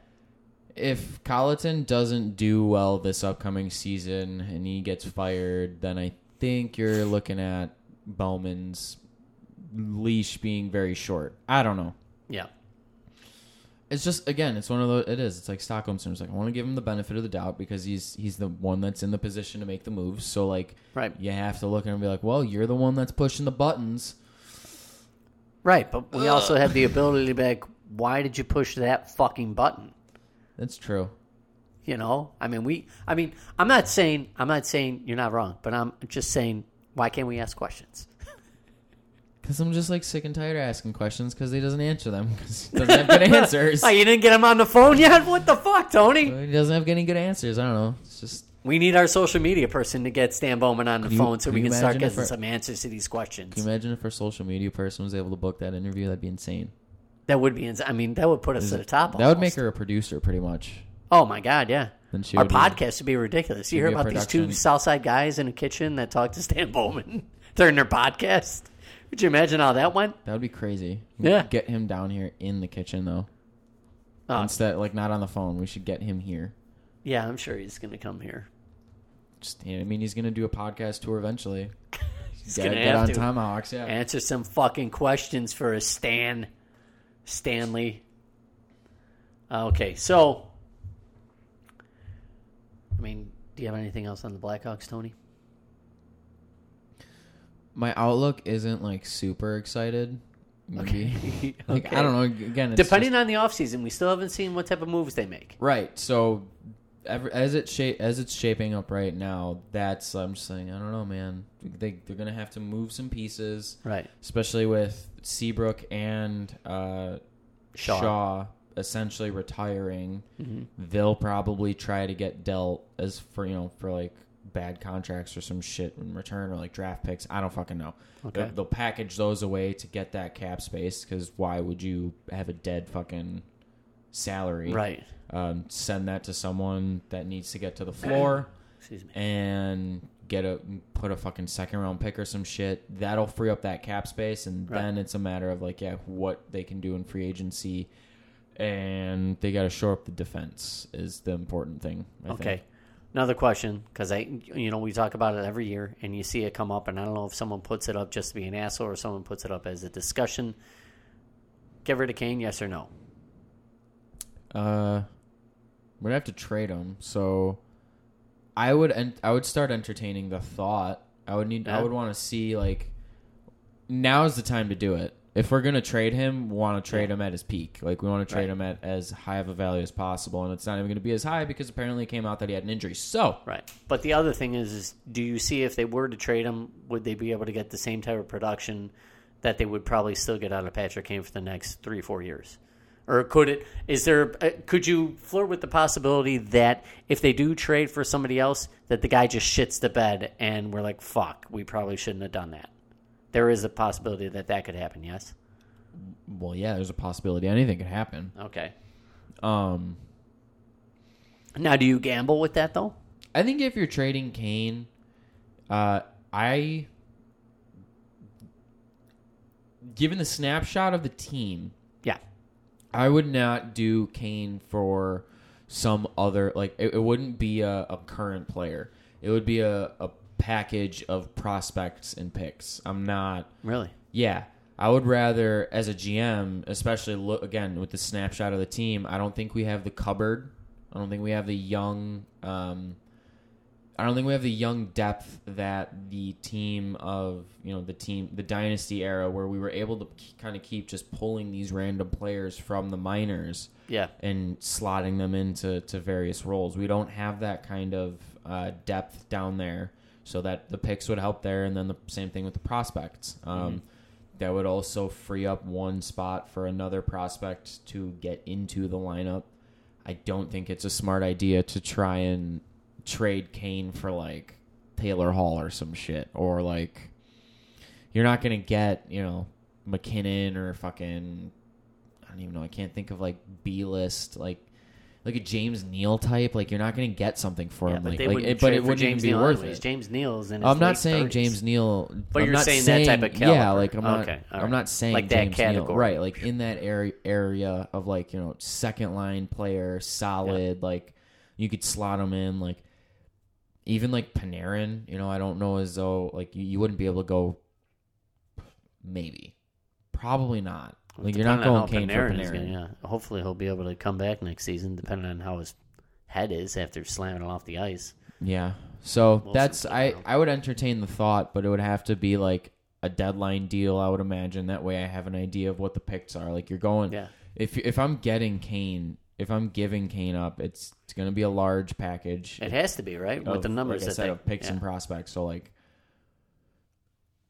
If Colleton doesn't do well this upcoming season and he gets fired, then I think you're looking at Bowman's leash being very short. I don't know. Yeah. it's just again, it's one of those. It is. It's like Stockholm syndrome. It's like I want to give him the benefit of the doubt because he's he's the one that's in the position to make the moves. So like, Right. you have to look at him and be like, well, you're the one that's pushing the buttons. Right. But we also have the ability to be like, why did you push that fucking button? That's true. You know, I mean, we. I mean, I'm not saying I'm not saying you're not wrong, but I'm just saying why can't we ask questions? Because I'm just like sick and tired of asking questions because he doesn't answer them 'cause he doesn't have good answers. Oh, you didn't get him on the phone yet? What the fuck, Tony? He doesn't have any good answers. I don't know. It's just We need our social media person to get Stan Bowman on the you- phone so could we you can start imagine if getting our- some answers to these questions. can you imagine if our social media person was able to book that interview. That'd be insane. that would be. ins- I mean, that would put us to the top. That would make almost. her a producer, pretty much. Oh my god, yeah. Then she Our would be- podcast would be ridiculous. You hear be a about these two production- Southside guys in a kitchen that talk to Stan Bowman during their podcast? Would you imagine how that went? That would be crazy. Yeah. Get him down here in the kitchen though. Oh, Instead, like not on the phone. We should get him here. yeah, I'm sure he's going to come here. Just, I mean, he's gonna do a podcast tour eventually. He's Get, going to get have on to. Tomahawks, yeah. answer some fucking questions for a Stan Stanley. Uh, Okay, so I mean, do you have anything else on the Blackhawks, Tony? My outlook isn't like super excited. Maybe. Okay. like I don't know. Again, it's Depending on the offseason, we still haven't seen what type of moves they make. just- right? So, ever, as it shape as it's shaping up right now, that's I'm just saying I don't know, man. They they're gonna have to move some pieces, Right. especially with Seabrook and uh, Shaw. Mm-hmm. Shaw. essentially retiring. They'll probably try to get dealt as for you know for like bad contracts or some shit in return or like draft picks. I don't fucking know. Okay. They'll, they'll package those away to get that cap space because why would you have a dead fucking salary? Right. Um, send that to someone that needs to get to the floor Excuse me. and get a put a fucking second round pick or some shit that'll free up that cap space and Right. then it's a matter of like yeah what they can do in free agency and they got to shore up the defense is the important thing I think. Okay. Another question, because I, you know, we talk about it every year, and you see it come up, and I don't know if someone puts it up just to be an asshole or someone puts it up as a discussion. Get rid of Kane, yes or no? uh we're gonna have to trade him so i would and i would start entertaining the thought i would need Yeah. i would want to see like now's the time to do it. If we're gonna trade him, we want to trade him at his peak. Like we want to trade Right. him at as high of a value as possible, and it's not even gonna be as high because apparently it came out that he had an injury. So Right. But the other thing is, is do you see if they were to trade him, would they be able to get the same type of production that they would probably still get out of Patrick Kane for the next three, four years? Or could it? Is there? uh, Could you flirt with the possibility that if they do trade for somebody else, that the guy just shits the bed and we're like, "Fuck, we probably shouldn't have done that." There is a possibility that that could happen. Yes. Well, yeah, there's a possibility anything could happen. Okay. Um, Now, do you gamble with that though? I think if you're trading Kane, uh, I, given the snapshot of the team, Yeah. I would not do Kane for some other like it, it wouldn't be a, a current player. It would be a, a package of prospects and picks. I'm not Really? yeah. I would rather as a GM, especially look again with the snapshot of the team, I don't think we have the cupboard. I don't think we have the young um I don't think we have the young depth that the team of you know the team the dynasty era where we were able to kind of keep just pulling these random players from the minors Yeah. and slotting them into to various roles. We don't have that kind of uh, depth down there, so that the picks would help there, and then the same thing with the prospects. Um, That would also free up one spot for another prospect to get into the lineup. I don't think it's a smart idea to try and trade Kane for like Taylor Hall or some shit, or like you're not gonna get you know McKinnon or fucking I don't even know. I can't think of like B list like like a James Neal type. Like you're not gonna get something for Yeah, him. but Like, they like wouldn't it, but trade it for wouldn't James even be Neal worth anyways. it. James Neal's in. His I'm not late saying 30s. James Neal, But I'm you're not saying that type of Yeah, caliber. like I'm not. Okay, all right. I'm not saying Like that James Neal. category. right? Like in that area area of like you know second line player, solid. Like you could slot him in. Like even like Panarin. You know, I don't know as though like you, you wouldn't be able to go. Maybe, probably not. Like you're not Depending going on Kane how for Panarin is Panarin. gonna- yeah. Hopefully he'll be able to come back next season, depending on how his head is after slamming it off the ice. Yeah. So that's something I around. I would entertain the thought, but it would have to be like a deadline deal. I would imagine that way I have an idea of what the picks are. Like you're going. Yeah. If if I'm getting Kane, if I'm giving Kane up, it's it's going to be a large package It has to be right with of, the numbers like I that said, they of picks yeah. and prospects. So like,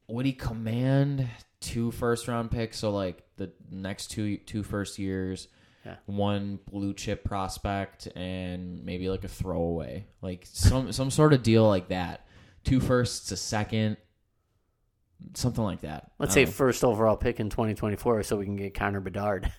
would he command two first round picks? So like the next two two first years, Yeah. one blue chip prospect, and maybe like a throwaway, like some some sort of deal like that. Two firsts, a second, something like that. Let's I say don't know. first overall pick in 2024, so we can get Connor Bedard.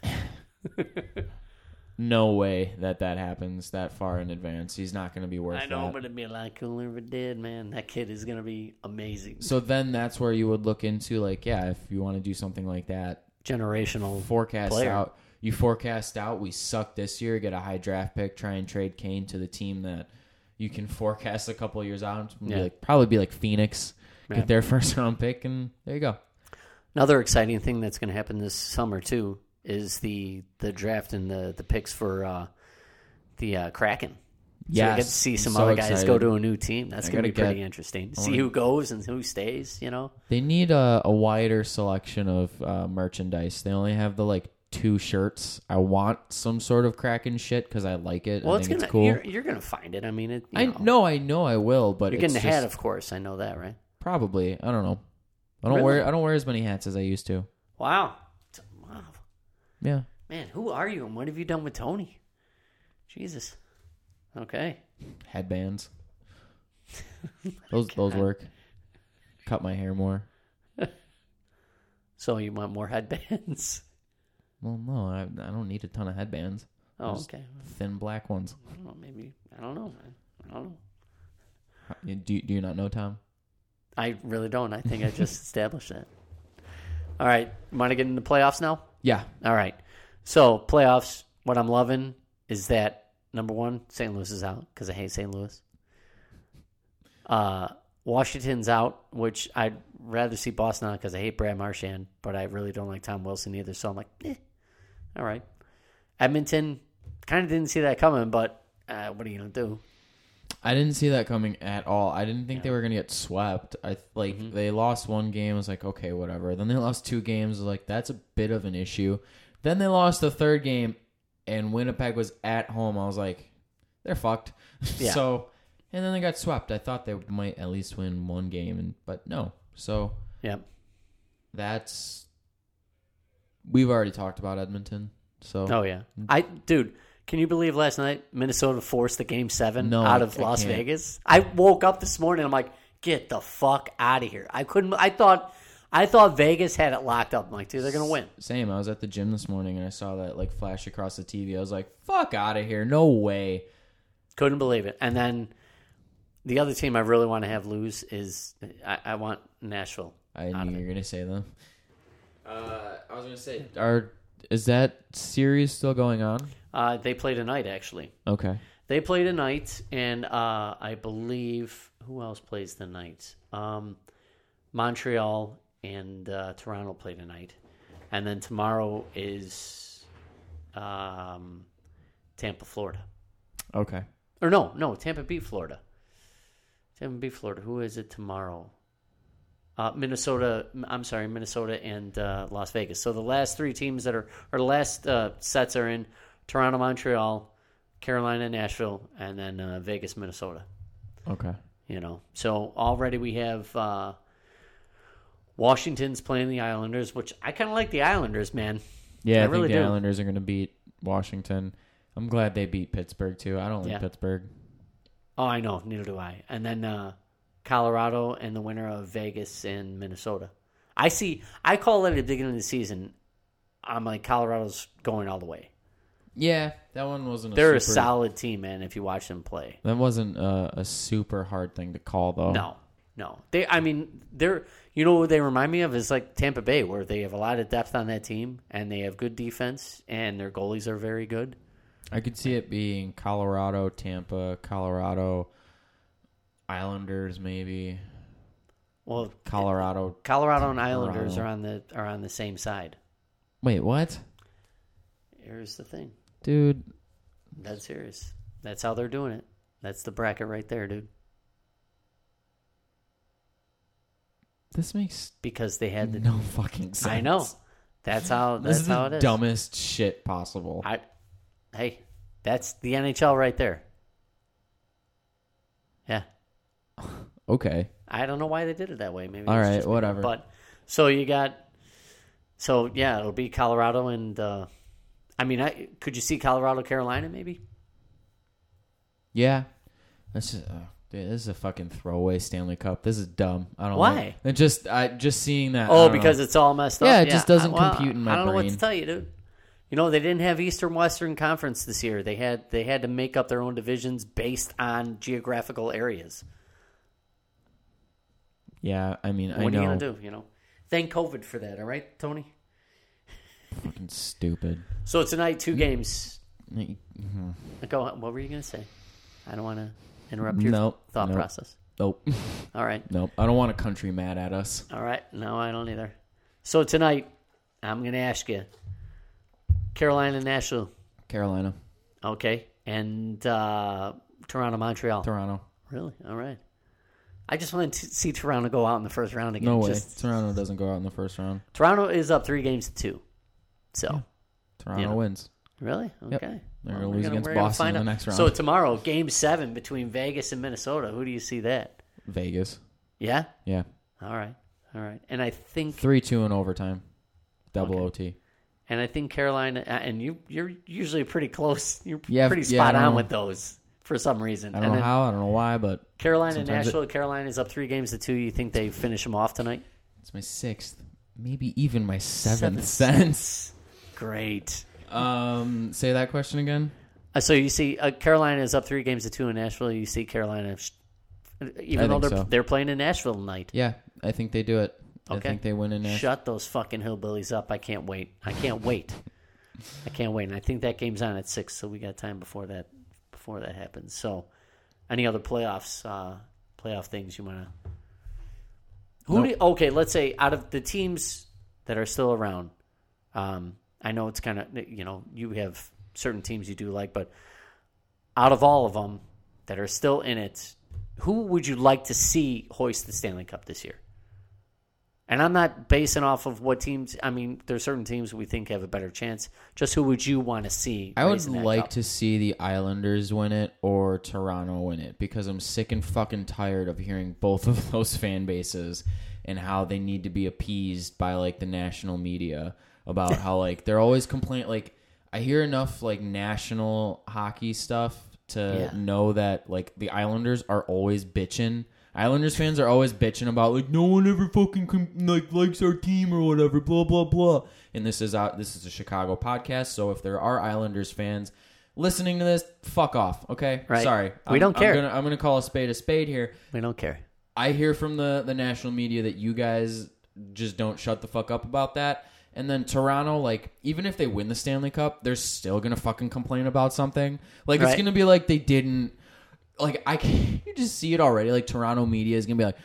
no way that that happens that far in advance. He's not going to be worth. I know, that. but it'd be a lot cooler if it did, man. That kid is gonna be amazing. so then that's where you would look into like yeah if you want to do something like that Generational. forecast player. out. You forecast out. We suck this year. Get a high draft pick. Try and trade Kane to the team that you can forecast a couple of years out. It's gonna be Yeah. like- probably be like Phoenix. Yeah. Get their first round pick, and there you go. Another exciting thing that's going to happen this summer too is the the draft and the the picks for uh, the uh, Kraken. So we Yes, get to see some I'm so other guys excited. go to a new team. That's I going to be gotta pretty get- interesting. I See wanna- who goes and who stays. You know, They need a, a wider selection of uh, merchandise. They only have the like two shirts. I want some sort of Kraken shit because I like it. well, I it's think gonna it's cool. you're, you're going to find it. I mean, it, you I know, no, I know I will, but you're it's getting a just- hat, of course. I know that, right? probably. I don't know. I don't Really? wear I don't wear as many hats as I used to. Wow, T- wow, Yeah. man, who are you and what have you done with Tony? Jesus. Okay. headbands. those those work. Cut my hair more. So you want more headbands? Well, no, I, I don't need a ton of headbands. Oh, Just- okay. Thin black ones. I don't know. Maybe I don't know. Man. I don't know. You- Do you- do you not know Tom? I really don't. I think I just established that. All right. Want to get into playoffs now? Yeah, All right. So playoffs. What I'm loving is that number one, St. Louis is out because I hate St. Louis. Uh, Washington's out, which I'd rather see Boston out because I hate Brad Marchand, but I really don't like Tom Wilson either. So I'm like, eh. all right. Edmonton, kind of didn't see that coming, but uh, what are you gonna do? I didn't see that coming at all. I didn't think they were gonna get swept. I th- like they lost one game. I was like, okay, whatever. Then they lost two games. I was like that's a bit of an issue. Then they lost the third game, and Winnipeg was at home. I was like, they're fucked. Yeah. so, and then they got swept. I thought they might at least win one game, and but no. So Yeah. that's we've already talked about Edmonton. So Oh yeah, I dude. Can you believe last night Minnesota forced the game seven No, out I- of I Las can't. Vegas? I woke up this morning. I'm like, get the fuck out of here. I couldn't. I thought, I thought Vegas had it locked up. I'm like, dude, they're gonna win. same. I was at the gym this morning and I saw that like flash across the TV. I was like, "Fuck out of here! No way!" Couldn't believe it. And then the other team I really want to have lose is I, I want Nashville. I knew you were gonna say them. Uh, I was gonna say, are is that series still going on? Uh, they play tonight, actually. Okay, They play tonight, and uh, I believe who else plays tonight? Um, Montreal and uh, Toronto play tonight, and then tomorrow is um, Tampa, Florida. okay. Or no, no, Tampa beat Florida. Tampa beat Florida. Who is it tomorrow? Uh, Minnesota. I'm sorry, Minnesota and uh, Las Vegas. So the last three teams that are, or the last uh, sets are in Toronto, Montreal, Carolina, Nashville, and then uh, Vegas, Minnesota. Okay. You know, so already we have uh, Washington's playing the Islanders, which I kind of like the Islanders, man. Yeah, I, I think really the do. Islanders are going to beat Washington. I'm glad they beat Pittsburgh too. I don't like Yeah. Pittsburgh. Oh, I know. Neither do I. And then uh, Colorado and the winner of Vegas and Minnesota. I see. I call it at the beginning of the season. I'm like Colorado's going all the way. Yeah, that one wasn't. A They're a super, solid team, man. If you watch them play, That wasn't a, a super hard thing to call though. no, no. They. I mean, they're. You know what they remind me of is like Tampa Bay, where they have a lot of depth on that team, and they have good defense, and their goalies are very good. I could see it being Colorado, Tampa, Colorado, Islanders, maybe Well, Colorado. Colorado and Islanders Colorado. are on the are on the same side. Wait, what, Here's the thing. dude? That's serious. That's how they're doing it. That's the bracket right there, dude. This makes Because they had the. no fucking sense. I know. That's how. This That's is how the it is. dumbest shit possible. I, hey, that's the NHL right there. Yeah, okay. I don't know why they did it that way. Maybe. All it's right, just me. whatever. But so you got. So yeah, it'll be Colorado and. Uh, I mean, I could you see Colorado, Carolina, maybe? Yeah. This is oh, dude, this is a fucking throwaway Stanley Cup. This is dumb. I don't Why? like- and just I just seeing that. I Oh, don't know. because it's all messed up. Yeah, it just doesn't I- well, compute in my I don't know what brain. to tell you, dude. You know, they didn't have Eastern Western Conference this year. They had they had to make up their own divisions based on geographical areas. yeah. I mean, I What know. are you gonna do? You know, thank COVID for that. All right, Tony. Fucking stupid. So tonight, two games. Mhm. Go. on. What were you gonna say? I don't want to interrupt your Nope. thought nope, process. Nope. All right, nope. I don't want a country mad at us. all right. No, I don't either. So tonight, I'm gonna ask you, Carolina Nashville, Carolina, okay, and uh, Toronto Montreal. Toronto. Really? All right. I just want to see Toronto go out in the first round again. No way. Just- Toronto doesn't go out in the first round. Toronto is up three games to two. So Toronto Yeah. wins. really, okay. They're Well, gonna we're lose against we're gonna Boston in find the out. next round. So tomorrow, game seven between Vegas and Minnesota. Who do you see that? Vegas. Yeah. Yeah. All right. All right. And I think Three two in overtime. Double Okay. OT. and I think Carolina uh, and you you're usually pretty close. You're Yeah, pretty yeah, I spot don't on know. with those for some reason. I don't and know then how. I don't know why, but Carolina Sometimes it- Nashville. Carolina is up three games to two. You think they finish them off tonight? it's my sixth, maybe even my seventh, Seventh sense. Great. Um, say that question again. Uh, So you see, uh, Carolina is up three games to two in Nashville. You see, Carolina, sh- I even though think they're so. they're playing in Nashville tonight, Yeah, I think they do it. Okay. I think they win in Nashville. shut those fucking hillbillies up. I can't wait. I can't wait. I can't wait. And I think that game's on at six, so we got time before that before that happens. So, any other playoffs uh, playoff things you want to? Who do okay? Let's say out of the teams that are still around, um, I know it's kind of you know you have certain teams you do like, but out of all of them that are still in it, who would you like to see hoist the Stanley Cup this year? And I'm not basing off of what teams. I mean, there's certain teams we think have a better chance. Just who would you want to see? I would raising that like cup? to see the Islanders win it or Toronto win it because I'm sick and fucking tired of hearing both of those fan bases and how they need to be appeased by like the national media about how like they're always complaining. Like I hear enough like national hockey stuff to Yeah. know that like the Islanders are always bitching. Islanders fans are always bitching about like no one ever fucking com- like likes our team or whatever. Blah blah blah. And this is out. This is a Chicago podcast, so if there are Islanders fans listening to this, fuck off. Okay, Right. sorry, We don't care. I'm gonna, I'm gonna call a spade a spade here. We don't care. I hear from the the national media that you guys just don't shut the fuck up about that. And then Toronto, like, even if they win the Stanley Cup, they're still gonna fucking complain about something. Like, it's Right. gonna be like they didn't. Like, I can you just see it already. Like, Toronto media is gonna be like,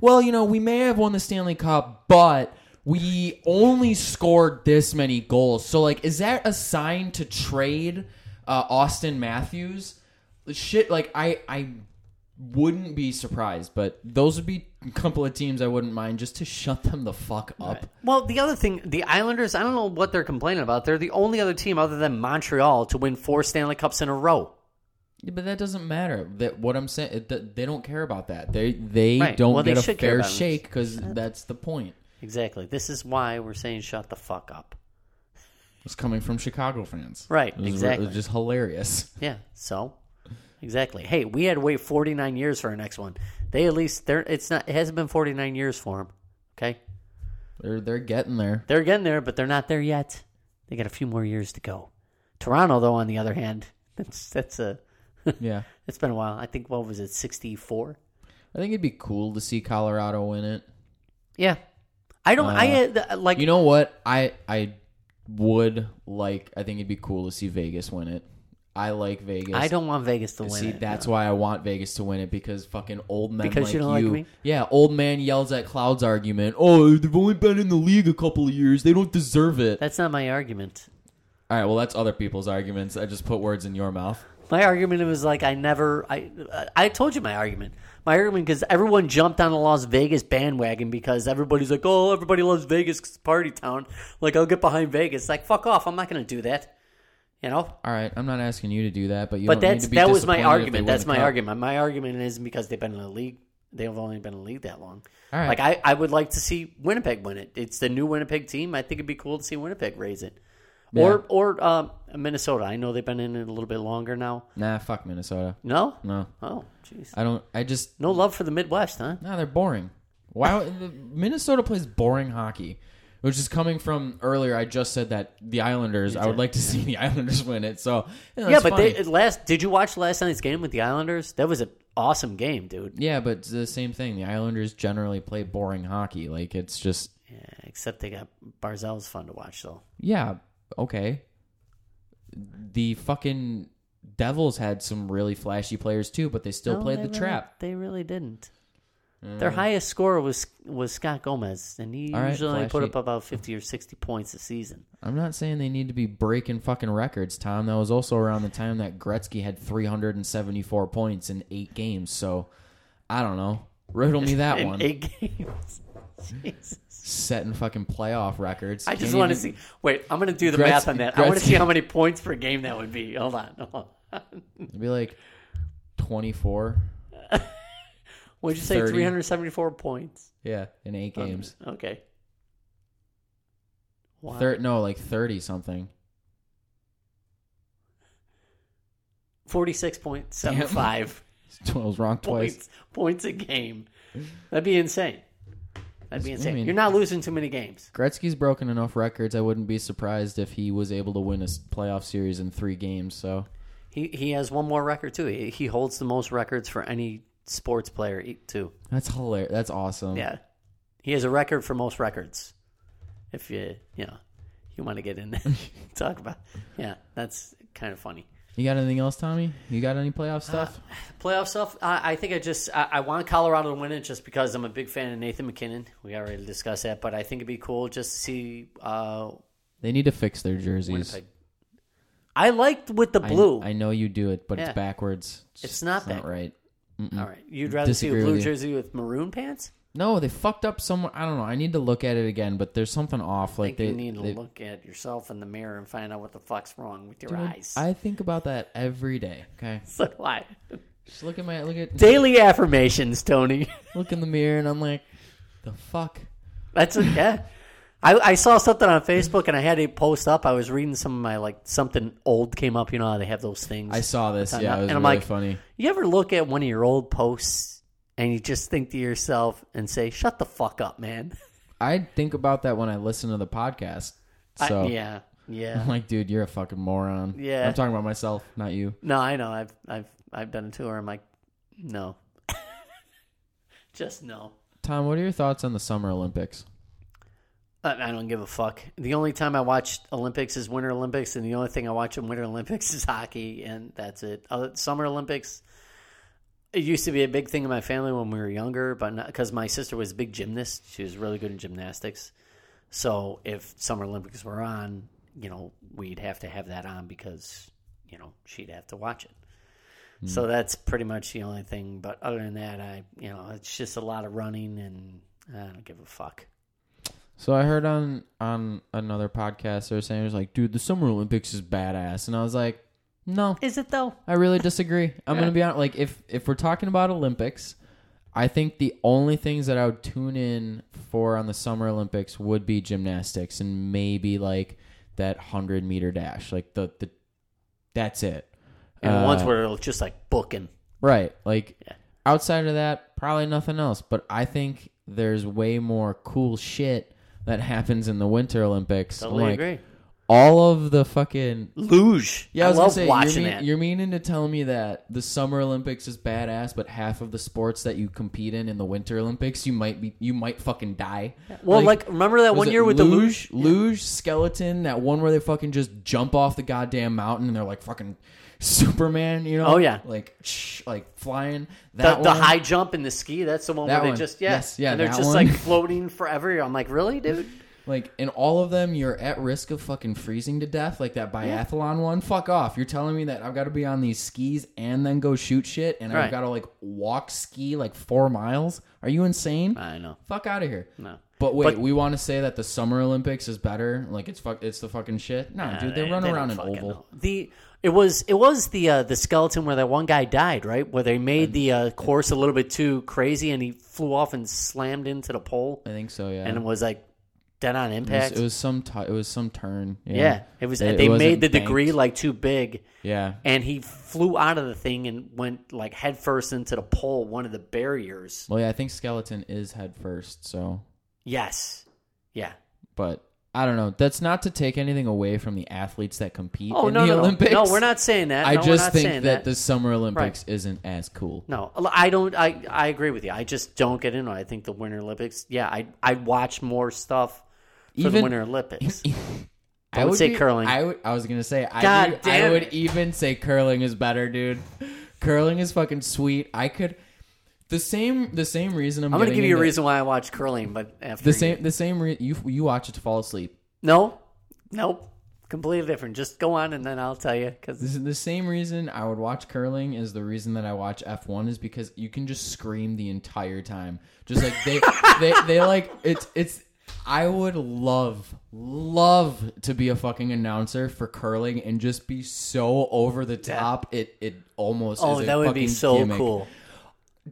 well, you know, we may have won the Stanley Cup, but we only scored this many goals. So, like, is that a sign to trade uh, Austin Matthews? Shit, like, I I wouldn't be surprised, but those would be a couple of teams I wouldn't mind just to shut them the fuck up. Well, the other thing, the Islanders, I don't know what they're complaining about. They're the only other team other than Montreal to win four Stanley Cups in a row. Yeah, but that doesn't matter. That what I'm saying, it- th- they don't care about that. They they Right. don't Well, they get a should care fair about it. shake because that's the point. Exactly. This is why we're saying shut the fuck up. It's coming from Chicago fans, Right, It was- exactly. It was just hilarious. Yeah. So, exactly. Hey, we had to wait 49 years for our next one. They at least they're it's not it hasn't been 49 years for them. Okay, They're they're getting there. they're getting there, but they're not there yet. They got a few more years to go. Toronto, though, on the other hand, that's that's a Yeah, it's been a while. I think what was it 64? I think it'd be cool to see Colorado win it. Yeah. I don't. I uh, th- like. You know what? I I would like. I think it'd be cool to see Vegas win it. I like Vegas. I don't want Vegas to win. See, it. that's why I want Vegas to win it because fucking old men Because like you you, don't like me? yeah, old man yells at clouds argument. Oh, they've only been in the league a couple of years; they don't deserve it. That's not my argument. All right, well, that's other people's arguments. I just put words in your mouth. My argument was like I never. I I told you my argument. My argument because everyone jumped on the Las Vegas bandwagon because everybody's like, oh, everybody loves Vegas 'cause it's a party town. Like I'll get behind Vegas. Like fuck off. I'm not gonna do that. You know. All right, I'm not asking you to do that, but you. But don't need that's to be that was my disappointed if they win argument. That's the my cup. argument. My argument isn't because they've been in the league. They've only been in the league that long. All right. Like I, I would like to see Winnipeg win it. It's the new Winnipeg team. I think it'd be cool to see Winnipeg raise it. Or or um, Minnesota. I know they've been in it a little bit longer now. Nah, fuck Minnesota. No? No, Oh, jeez. I don't. I just No love for the Midwest, huh? No, they're boring. Why Minnesota plays boring hockey, which is coming from earlier. I just said that the Islanders. I would like to see the Islanders win it. So you know, yeah, it's but funny. they, last did you watch last night's game with the Islanders? That was an awesome game, dude. yeah, but it's the same thing. The Islanders generally play boring hockey. Like it's just Yeah, except they got Barzell's fun to watch though. yeah, okay. The fucking Devils had some really flashy players too, but they still No, played they the really- trap. They really didn't. Their highest scorer was was Scott Gomez, and he All right, usually only put flashy. up about fifty or sixty points a season. I'm not saying they need to be breaking fucking records, Tom. That was also around the time that Gretzky had 374 points in eight games. So I don't know. Riddle me that in one. eight games. Jesus. Setting fucking playoff records. I just Can't want to even- see. Wait, I'm going to do the Gretzky- math on that. I want Gretzky- to see how many points per game that would be. Hold on. Hold on. It'd be like 24. Would you say 30. 374 points? Yeah, in eight games. Okay. Wow. Thir- no, like 30 something. 46.75 I was wrong twice. points, points a game. That'd be insane. That'd That's- I be insane. mean- You're not losing too many games. Gretzky's broken enough records. I wouldn't be surprised if he was able to win a s- playoff series in three games. So He he has one more record too. He, he holds the most records for any sports player e- too. that's hilarious. That's awesome. Yeah, he has a record for most records. If you you know you want to get in there and talk about yeah, that's kind of funny. You got anything else, Tommy? You got any Uh, playoff stuff? Playoff stuff. I, I think I just I, I want Colorado to win it just because I'm a big fan of Nathan McKinnon. We already discussed that, but I think it'd be cool just to see. Uh, They need to fix their jerseys. Winnipeg. I liked with the I- blue. I, know you do it, but Yeah. it's backwards. It's not backwards. right. All right, you'd rather see a Disagree with blue you. jersey with maroon pants? No, they fucked up somewhere. I don't know. I need to look at it again, but there's something off. Like think you they, need to they- look at yourself in the mirror and find out what the fuck's wrong with your eyes. I think about that every day. Okay, so do I. just look at my look at Daily affirmations, Tony. look in the mirror, and I'm like, the fuck? That's a, yeah. I, I saw something on Facebook and I had it post up. I was reading some of my like something old came up. You know how they have those things. I saw this. Time Yeah, out. it was And I'm really like- funny. you ever look at one of your old posts and you just think to yourself and say, "Shut the fuck up, man." I think about that when I listen to the podcast. I- So Mm-hmm. yeah, I'm yeah. like, dude, you're a fucking moron. Yeah. I'm talking about myself, not you. No, I know. I've I've I've done it too. Or I'm like, no, just no. Tom, what are your thoughts on the Summer Olympics? I, I don't give a fuck. The only time I watch Olympics is Winter Olympics, and the only thing I watch in Winter Olympics is hockey, and that's it. Uh, Summer Olympics. It used to be a big thing in my family when we were younger, but because my sister was a big gymnast, she was really good in gymnastics. So if Summer Olympics were on, you know, we'd have to have that on because you know she'd have to watch it. So that's pretty much the only thing. But other than that, I you know it's just a lot of running, and I don't give a fuck. So I heard on on another podcast they were saying it was like, dude, the Summer Olympics is badass, and I was like, no, Is it though? I really disagree. I'm gonna be honest. Like if if we're talking about Olympics, I think the only things that I would tune in for on the Summer Olympics would be gymnastics and maybe like that hundred meter dash. Like the the that's it. And the ones Uh, where it'll just like booking. Right. Like Yeah. outside of that, probably nothing else. But I think there's way more cool shit that happens in the Winter Olympics. I'm Totally like, agree. All of the fucking Luge. yeah, I, I, was gonna love say, watching you're, mean- that. You're meaning to tell me that the Summer Olympics is badass, but half of the sports that you compete in in the Winter Olympics, you might be you might fucking die. well, like, remember that was one it year with the luge? luge skeleton, that one where they fucking just jump off the goddamn mountain and they're like fucking Superman, you know? Oh, yeah. like shh, like flying. The, That the one- high jump and the ski. That's the one That where one. they just yeah, Yes, yeah, and they're that just one. like floating forever. I'm like, really, dude? Like in all of them, you're at risk of fucking freezing to death. Like that biathlon one, fuck off. You're telling me that I've got to be on these skis and then go shoot shit, and I've Right. got to like walk ski like four miles. Are you insane? I know. Fuck out of here. No. But wait, But- we want to say that the Summer Olympics is better. Like it's fuck, it's the fucking shit. Nah, dude, they, run don't around in fucking oval. know. The it was it was the uh, the skeleton where that one guy died, right? Where they made the uh, course a little bit too crazy, and he flew off and slammed into the pole, I think so. Yeah. and it was like dead on it, was, impact. it was some. T- it was some turn. Yeah. yeah, it was. It- they it wasn't made the banked. degree like too big, Yeah. and he flew out of the thing and went like headfirst into the pole, one of the barriers. Well, yeah. I think skeleton is head first. So Yes, yeah. but I don't know. That's not to take anything away from the athletes that compete Oh in no, the no, Olympics. no, no. We're not saying that. I No, we're just not think saying that, the Summer Olympics isn't as cool. No, I don't. I, I agree with you. I just don't get into it. I think the Winter Olympics. Yeah, I I watch more stuff for the Even- Winter Olympics. I Don't would say be- curling. I would, I was gonna say I, God would- I damn would it. even say curling is better, dude. curling is fucking sweet. I could the same the same reason I'm, I'm gonna getting give you a into- reason why I watch curling, but after the you- same the same re- you you watch it to fall asleep. no, nope, completely different. Just go on, and then I'll tell you because This is the same reason I would watch curling is the reason that I watch F one is because you can just scream the entire time. Just like they they, they like it's it's I would love love to be a fucking announcer for curling and just be so over the top it it almost oh, is a that would fucking be so gimmick. cool.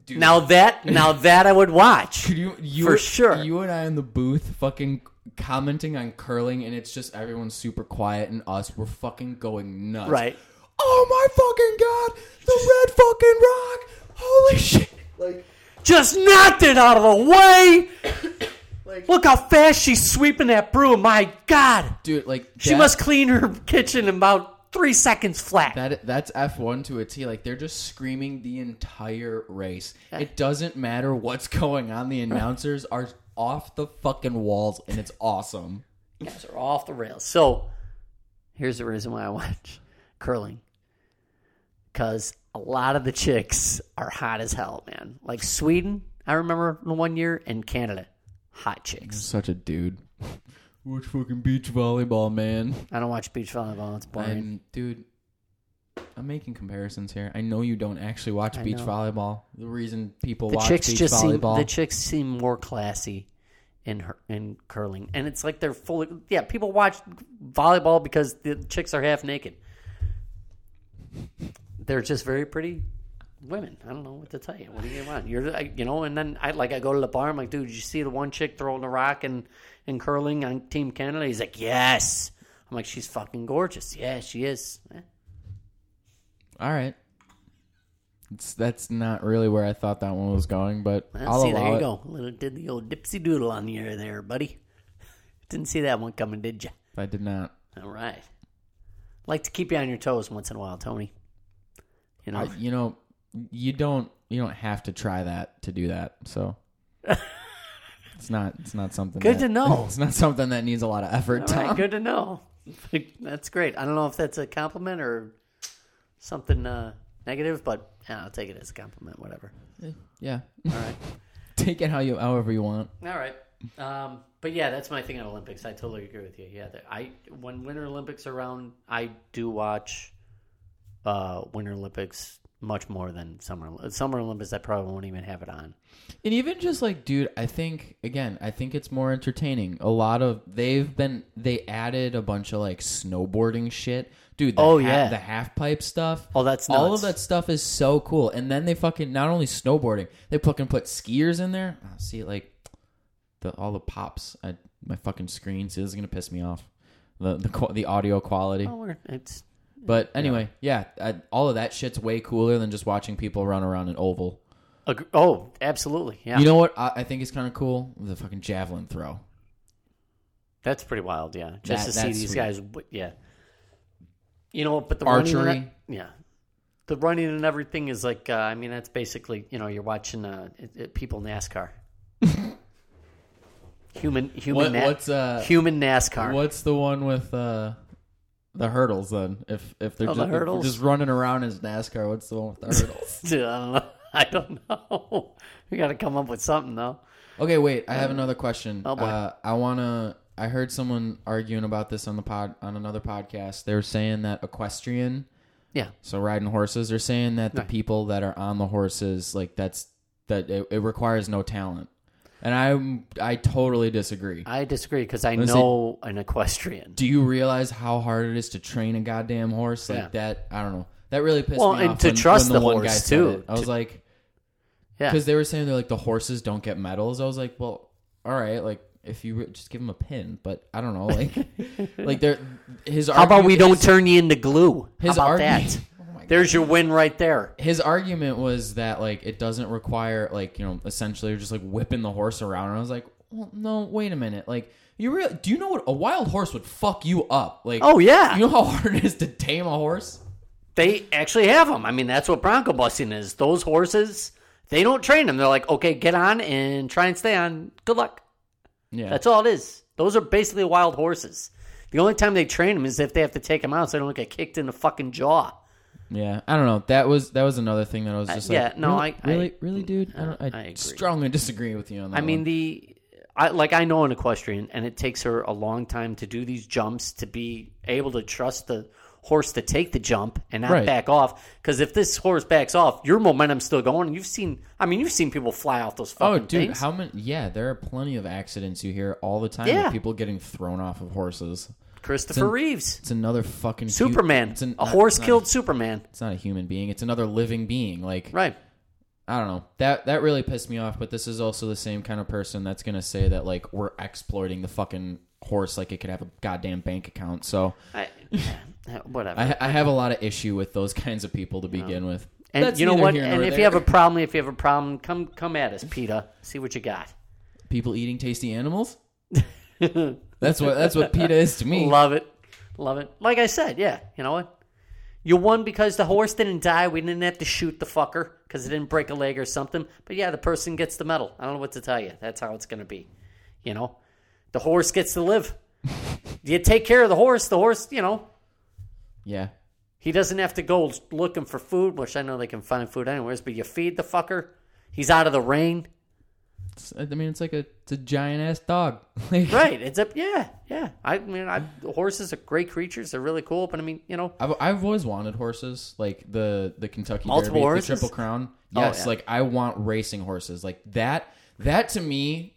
Dude. Now that now that I would watch. Could you, you For were- sure. You and I in the booth fucking commenting on curling and it's just everyone's super quiet and us we're fucking going nuts. Right. Oh my fucking god! The red fucking rock! Holy shit! Like Just knocked it out of the way. Look how fast she's sweeping that broom. My God. dude, like She that- must clean her kitchen in about three seconds flat. that that's F one to a T. Like they're just screaming the entire race. It doesn't matter what's going on. The announcers are off the fucking walls, and it's awesome. You guys are off the rails. So here's the reason why I watch curling. Because a lot of the chicks are hot as hell, man. Like Sweden, I remember the one year, and Canada, hot chicks. Such a dude. Watch fucking beach volleyball, man. I don't watch beach volleyball. It's boring. And dude, I'm making comparisons here. I know you don't actually watch beach know. volleyball. The reason people the watch chicks beach just seem volleyball, the chicks seem more classy in her in curling and it's like they're fully yeah people watch volleyball because the chicks are half naked they're just very pretty women. I don't know what to tell you. What do you want? You're, I- you know. And then I like I go to the bar. I'm like, dude, did you see the one chick throwing the rock and and curling on Team Canada? He's like, yes. I'm like, she's fucking gorgeous. Yeah, she is. Eh. All right. It's, that's not really where I thought that one was going, but Well, I'll see, allow there you it. go. Little did the old dipsy doodle on the air there, buddy. Didn't see that one coming, did you? I did not. All right. Like to keep you on your toes once in a while, Tony. You know, I, you know, you don't you don't have to try that to do that. So it's not it's not something Good that- to Oh know. It's not something that needs a lot of effort, All Tom. right, good to know. that's great. I don't know if that's a compliment or something uh, negative, but yeah, I'll take it as a compliment. Whatever. Yeah. All right. Take it how you however you want. All right. Um, but yeah, that's my thing on Olympics. I totally agree with you. Yeah, that I when Winter Olympics are around, I do watch uh, Winter Olympics much more than Summer Summer Olympics. I probably won't even have it on. And even just like, dude, I think again, I think it's more entertaining. A lot of they've been they added a bunch of like snowboarding shit, dude. The Oh, ha- yeah. the half pipe stuff. Oh, that's all nuts. of that stuff is so cool. And then they fucking not only snowboarding, they fucking put skiers in there. Oh, see, like the all the pops. I, my fucking screen. See, this is gonna piss me off. The the qu- the audio quality. Oh, we're, it's But anyway, yeah, I, all of that shit's way cooler than just watching people run around an oval. ag- oh, absolutely. Yeah, You know what I, I think is kind of cool? The fucking javelin throw. that's pretty wild. Yeah, just That- to see that's these sweet. guys. w- Yeah, you know, but the running and Archery. that- yeah, the running and everything is like. Uh, I mean, that's basically you know you're watching uh, it, it, people NASCAR. human human What, na- what's uh human NASCAR. what's the one with uh the hurdles then? If if they're Oh, just, the if we're hurdles? just running around as NASCAR, what's the one with the hurdles? Dude, I don't know. I don't know. We got to come up with something though. okay, wait, I have another question. Oh, boy. Uh, I wanna I heard someone arguing about this on the pod on another podcast. They were saying that equestrian Yeah. so riding horses, they're saying that the Right. people that are on the horses, like that's that it, it requires no talent. And I'm I totally disagree. I disagree because I Let's see. know an equestrian. do you realize how hard it is to train a goddamn horse like Yeah. that? I don't know. That really pissed Well, me and off. to when- trust when the one horse, guy said too. it. I was To- like, Yeah. because they were saying they're like the horses don't get medals. I was like, well, all right, like if you re- just give him a pin, but I don't know, like, like they're his. How about argument- we don't turn you into glue? How His about argument. that? Oh my There's your win right there. his argument was that like it doesn't require like you know essentially you're just like whipping the horse around and i was like well no wait a minute like you really do you know what a wild horse would fuck you up like Oh, yeah. you know how hard it is to tame a horse They actually have them. I mean, that's what bronco busting is. Those horses, they don't train them. They're like, okay, get on and try and stay on. Good luck. yeah That's all it is. Those are basically wild horses. The only time they train them is if they have to take them out so they don't get kicked in the fucking jaw. yeah i don't know that was that was another thing that i was just Uh, yeah, like no, really, I- I- really really dude i don't i, I agree. strongly disagree with you on that I mean one. the I like I know an equestrian and it takes her a long time to do these jumps to be able to trust the horse to take the jump and not Right. back off cuz if this horse backs off your momentum's still going and you've seen I mean you've seen people fly off those fucking Oh, dude! things. How many? Yeah, there are plenty of accidents you hear all the time. Yeah. of people getting thrown off of horses. Christopher Reeves, It's another fucking hu- Superman. it's an- a horse it's not- killed Superman. It's not a human being. It's another living being. Like Right. I don't know. That that really pissed me off, but this is also the same kind of person that's going to say that like we're exploiting the fucking horse like it could have a goddamn bank account. So I, yeah, whatever. I I have a lot of issue with those kinds of people to begin with. and That's you know neither what? here And nor if you there. have a problem, if you have a problem, come come at us, PETA. See what you got. people eating tasty animals, that's what that's what PETA is to me. Love it. Love it. Like I said, yeah, you know what? You won because the horse didn't die. We didn't have to shoot the fucker because it didn't break a leg or something. But yeah, the person gets the medal. I don't know what to tell you. That's how it's going to be. You know, the horse gets to live. you take care of the horse. The horse, you know, Yeah. he doesn't have to go looking for food, which I know they can find food anywheres, but you feed the fucker. He's out of the rain. It's, I mean, it's like a it's a giant ass dog. Like, Right. It's a, yeah, yeah. I mean, I, horses are great creatures. They're really cool. But I mean, you know, I've, I've always wanted horses, like the the Kentucky Multiple Derby, horses? the Triple Crown. Oh, Yes, yeah. like I want racing horses, like that. That to me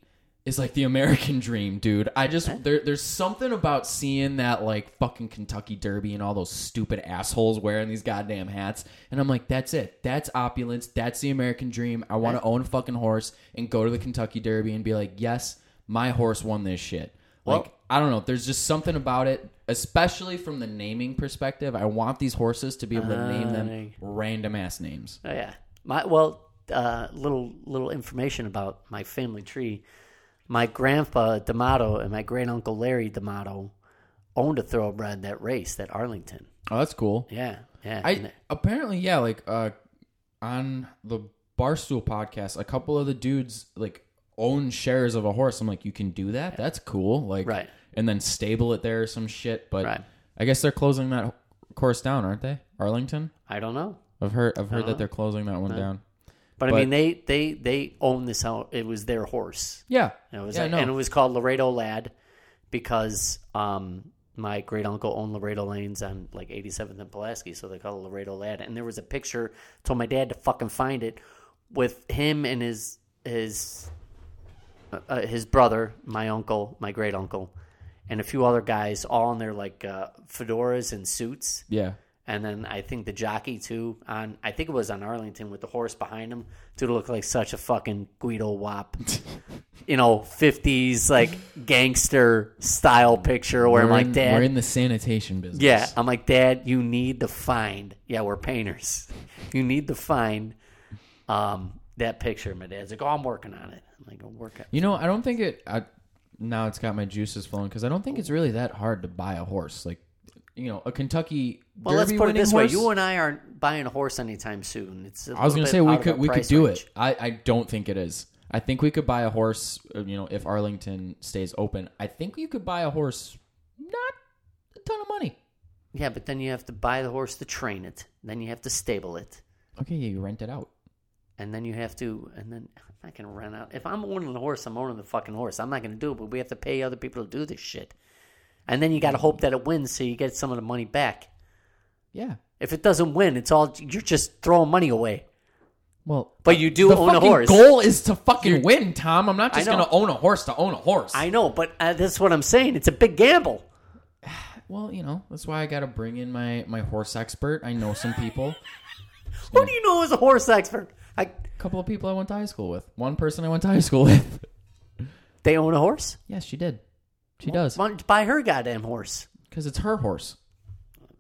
is like the American dream, dude. I just there there's something about seeing that like fucking Kentucky Derby and all those stupid assholes wearing these goddamn hats, and I'm like, that's it. That's opulence. That's the American dream. I want to own a fucking horse and go to the Kentucky Derby and be like, yes, my horse won this shit. Well- like I don't know. There's just something about it, especially from the naming perspective. I want these horses to be able to name there you them random ass names. Oh yeah. My well, uh, little little information about my family tree. My grandpa D'Amato and my great uncle Larry D'Amato owned a thoroughbred that raced at Arlington. Oh, that's cool. Yeah, yeah. I And- apparently yeah, like uh, on the Barstool podcast, a couple of the dudes like own shares of a horse. I'm like, you can do that? That's cool. Like, Right. And then stable it there or some shit. But Right. I guess they're closing that course down, aren't they? Arlington. I don't know, I've heard. I've heard Uh-huh. that they're closing that one down. But- but, I mean, they they they owned this. ho- It was their horse. Yeah. And it was yeah. like- no. and it was called Laredo Lad because um my great uncle owned Laredo Lanes on like 87th and Pulaski, so they called it Laredo Lad. And there was a picture told my dad to fucking find it with him and his his uh, uh, his brother, my uncle, my great uncle, and a few other guys, all in their like uh, fedoras and suits. yeah. And then I think the jockey too on I think it was on Arlington with the horse behind him. Dude looked like such a fucking Guido Wop. you know, fifties like gangster style picture where I'm We're like, in, Dad we're in the sanitation business. Yeah. I'm like, Dad, you need to find Yeah, we're painters. You need to find um that picture. My dad's like, Oh, I'm working on it. I'm like, I'll work it. You know, I don't think it. I, now it's got my juices flowing because I don't think it's really that hard to buy a horse. Like, you know, a Kentucky Well, let's Derby put it winning this horse. way. You and I aren't buying a horse anytime soon. It's I was gonna say we could we could do it. I, I don't think it is. I think we could buy a horse. uh, You know, if Arlington stays open, I think you could buy a horse. Not a ton of money. Yeah, but then you have to buy the horse to train it. Then you have to stable it. Okay, yeah, you rent it out. And then you have to, and then I'm not going to rent out. If I'm owning the horse, I'm owning the fucking horse. I'm not going to do it, but we have to pay other people to do this shit. And then you got to hope that it wins so you get some of the money back. Yeah. If it doesn't win, it's all, you're just throwing money away. Well, But you do the own a fucking horse. goal is to fucking win, Tom. I'm not just know. gonna own a horse to own a horse. I know, but uh, that's what I'm saying. It's a big gamble. well, you know, that's why I got to bring in my my horse expert. I know some people. What do you know as a horse expert? I, couple of people I went to high school with. One person I went to high school with. they own a horse? yes, she did. She does. Why don't you buy her goddamn horse? Because it's her horse.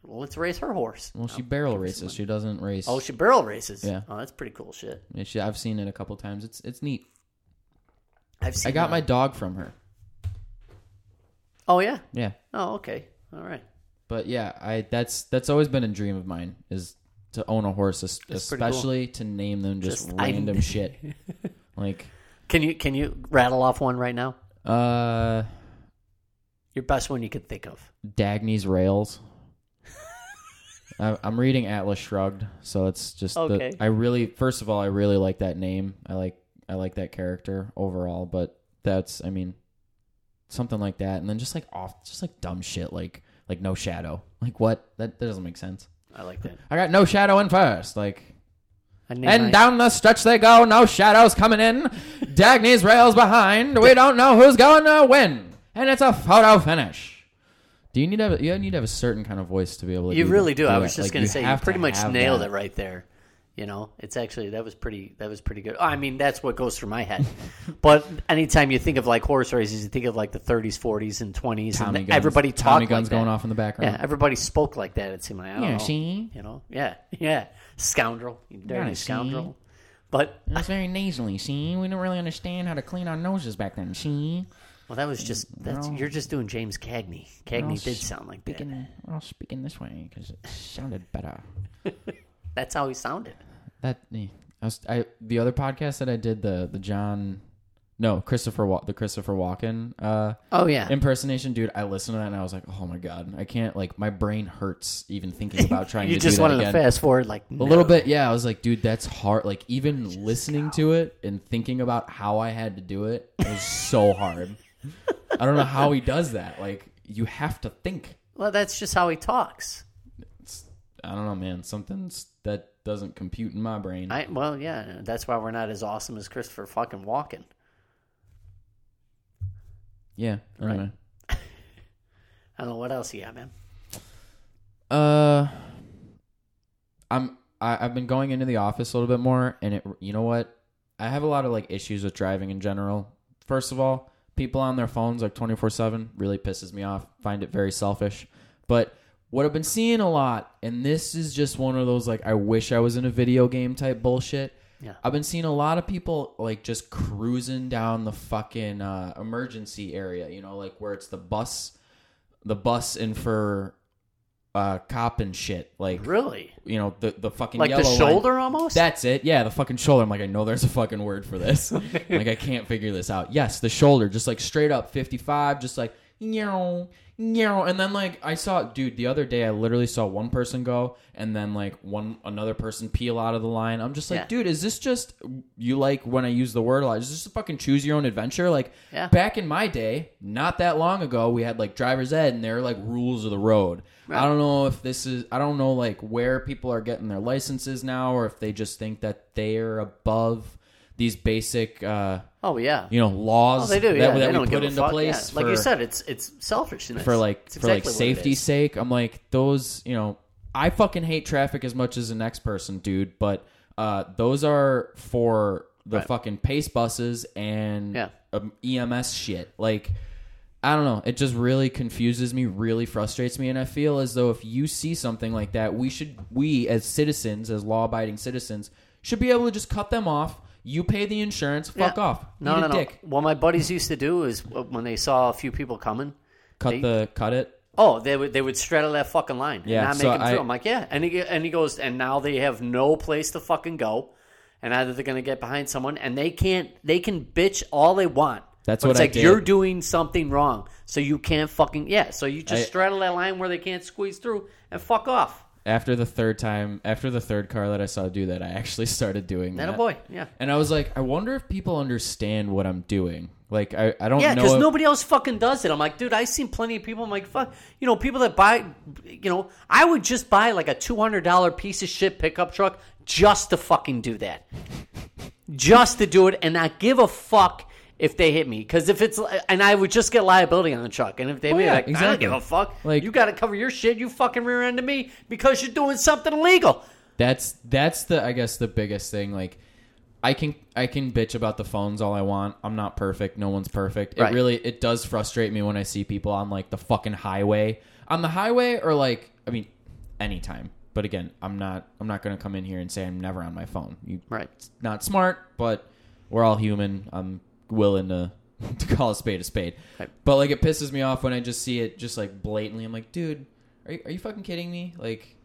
Well, let's race her horse. Well, she barrel races. She doesn't race. Oh, she barrel races. Yeah. Oh, that's pretty cool shit. And she, I've seen it a couple times. It's it's neat. I've seen I got that. my dog from her. Oh, yeah. Yeah, Oh, okay. All right. but yeah, I that's that's always been a dream of mine is to own a horse, es- pretty cool. especially to name them just, Just- I- random shit. Like, Can you can you rattle off one right now? uh, Your best one you could think of. Dagny's rails. I- I'm reading Atlas Shrugged, so it's just. the- Okay. I really, first of all, I really like that name. I like, I like that character overall. But that's, I mean, something like that, and then just like off, just like dumb shit, like like no shadow, like what? That that doesn't make sense. I like that. I got no shadow in first, like, I named and mine- down the stretch they go, no shadows coming in. Dagny's rails behind. We don't know who's going to win, and it's a photo finish. Do you need to have, you need to have a certain kind of voice to be able to? you do really that- do. I that. was just Like, gonna say you have pretty to much have nailed that. it right there. You know, it's actually that was pretty that was pretty good. I mean, that's what goes through my head. but anytime you think of like horse races, you think of like the 30s, 40s, and 20s, Tommy and guns, everybody talked Tommy like guns that. going off in the Yeah, background. everybody spoke like that. It seemed like I don't know. she. You know, yeah, yeah, scoundrel, you dirty Yeah, she. scoundrel. But It was very nasally. See, we didn't really understand how to clean our noses back then. See, well, that was just that's you're just doing James Cagney. Cagney did sound like that. speaking, we're all speaking this way because it sounded better. That's how he sounded. That eh, I was I the other podcast that I did the the John, no Christopher Wa- the Christopher Walken uh Oh yeah, impersonation, dude. I listened to that and I was like, oh my god, I can't like my brain hurts even thinking about trying you to do just that wanted to again. fast forward like A little bit, yeah. I was like, dude, that's hard. Like even listening to it and thinking about how I had to do it was so hard. I don't know how he does that. Like you have to think. Well, that's just how he talks. I don't know, man. Something's that doesn't compute in my brain. I well, yeah, that's why we're not as awesome as Christopher fucking Walken. Yeah. I don't Right. I don't know what else you got, man. know. Uh, I'm I, I've been going into the office a little bit more, and it you know what? I have a lot of like issues with driving in general. First of all, people on their phones like twenty four seven really pisses me off. Find it very selfish. But what I've been seeing a lot, and this is just one of those like I wish I was in a video game type bullshit. Yeah. I've been seeing a lot of people like just cruising down the fucking uh, emergency area, you know, like where it's the bus, the bus and for uh, cop and shit, like Really? you know the the fucking Like yellow the line. shoulder almost? That's it. Yeah, the fucking shoulder. I'm like, I know there's a fucking word for this. like, I can't figure this out. Yes, the shoulder, just like straight up 55, just like, meow, meow. And then, like, I saw, dude, the other day, I literally saw one person go and then, like, one another person peel out of the line. I'm just like, Yeah. dude, is this just, you like when I use the word a lot? Is this a fucking choose your own adventure? Like, Yeah. back in my day, not that long ago, we had, like, driver's ed and there are, like, rules of the road. I don't know if this is I don't know like where people are getting their licenses now or if they just think that they're above these basic uh oh yeah. you know laws Oh, they do. that, yeah, that they we don't put give a into fuck. place Yeah. for, like you said, it's it's selfishness for like It's for like exactly what it safety's is. sake. I'm like those, you know, I fucking hate traffic as much as the next person, dude, but uh those are for the Right. fucking pace buses and Yeah. um, EMS shit. Like I don't know. It just really confuses me, really frustrates me, and I feel as though if you see something like that, we should, we as citizens, as law-abiding citizens, should be able to just cut them off. You pay the insurance, fuck Yeah. off. No, Eat no, a no. dick. What my buddies used to do is uh, when they saw a few people coming, Cut They- the, cut it. oh, they would they would straddle that fucking line Yeah, and not so make them through. I- I'm like, yeah, and he and he goes, and now they have no place to fucking go, and either they're gonna get behind someone, and they can't, they can bitch all they want. That's but what it's I like. did. You're doing something wrong, so you can't fucking yeah. So you just I- straddle that line where they can't squeeze through and fuck off. after the third time, after the third car that I saw do that, I actually started doing That a that. boy, yeah. And I was like, I wonder if people understand what I'm doing. Like, I, I don't Yeah, know. because if- nobody else fucking does it. I'm like, dude, I've seen plenty of people. I'm like, fuck, you know, people that buy, you know, I would just buy like a two hundred dollar piece of shit pickup truck just to fucking do that, just to do it, and not give a fuck if they hit me. Because if it's, and I would just get liability on the truck. And if they, Oh, be yeah, like, I don't exactly. give a fuck. Like- you got to cover your shit. You fucking rear end to me because you're doing something illegal. that's that's the I guess the biggest thing. Like, I can I can bitch about the phones all I want. I'm not perfect. No one's perfect. Right. It really it does frustrate me when I see people on like the fucking highway, on the highway, or like I mean, anytime. But again, I'm not I'm not gonna come in here and say I'm never on my phone. You Right. it's not smart, but we're all human. I'm willing to to call a spade a spade. Right. But like it pisses me off when I just see it just like blatantly. I'm like, dude, are you, are you fucking kidding me? Like,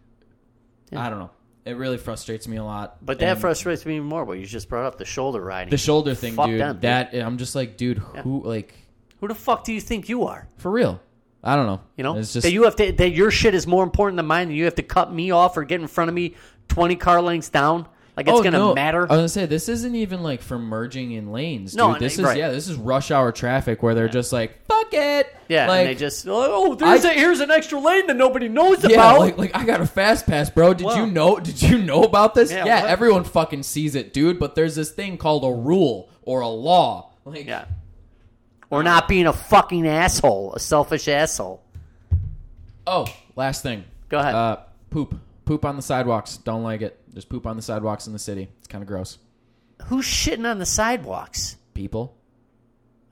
I don't know. It really frustrates me a lot. But that And frustrates me even more. What you just brought up, the shoulder riding. the shoulder thing, Fuck dude. them, dude. That I'm just like, dude, who like Who the fuck do you think you are? for real? I don't know. You know, it's just that you have to that your shit is more important than mine, and you have to cut me off or get in front of me twenty car lengths down. Like it's Oh, gonna no. I matter. was gonna say this isn't even like for merging in lanes. No, dude. this is right. yeah, this is rush hour traffic where they're just like, fuck it. yeah, like, and they just oh, there's I- a, here's an extra lane that nobody knows Yeah, about. like like I got a fast pass, bro. Did Wow. you know? Did you know about this? Yeah, Yeah, what? everyone fucking sees it, dude. But there's this thing called a rule or a law. Like, yeah, or not being a fucking asshole, a selfish asshole. oh, last thing. Go ahead. Uh, poop, poop on the sidewalks. Don't like it. There's poop on the sidewalks in the city. It's kind of gross. Who's shitting on the sidewalks? People,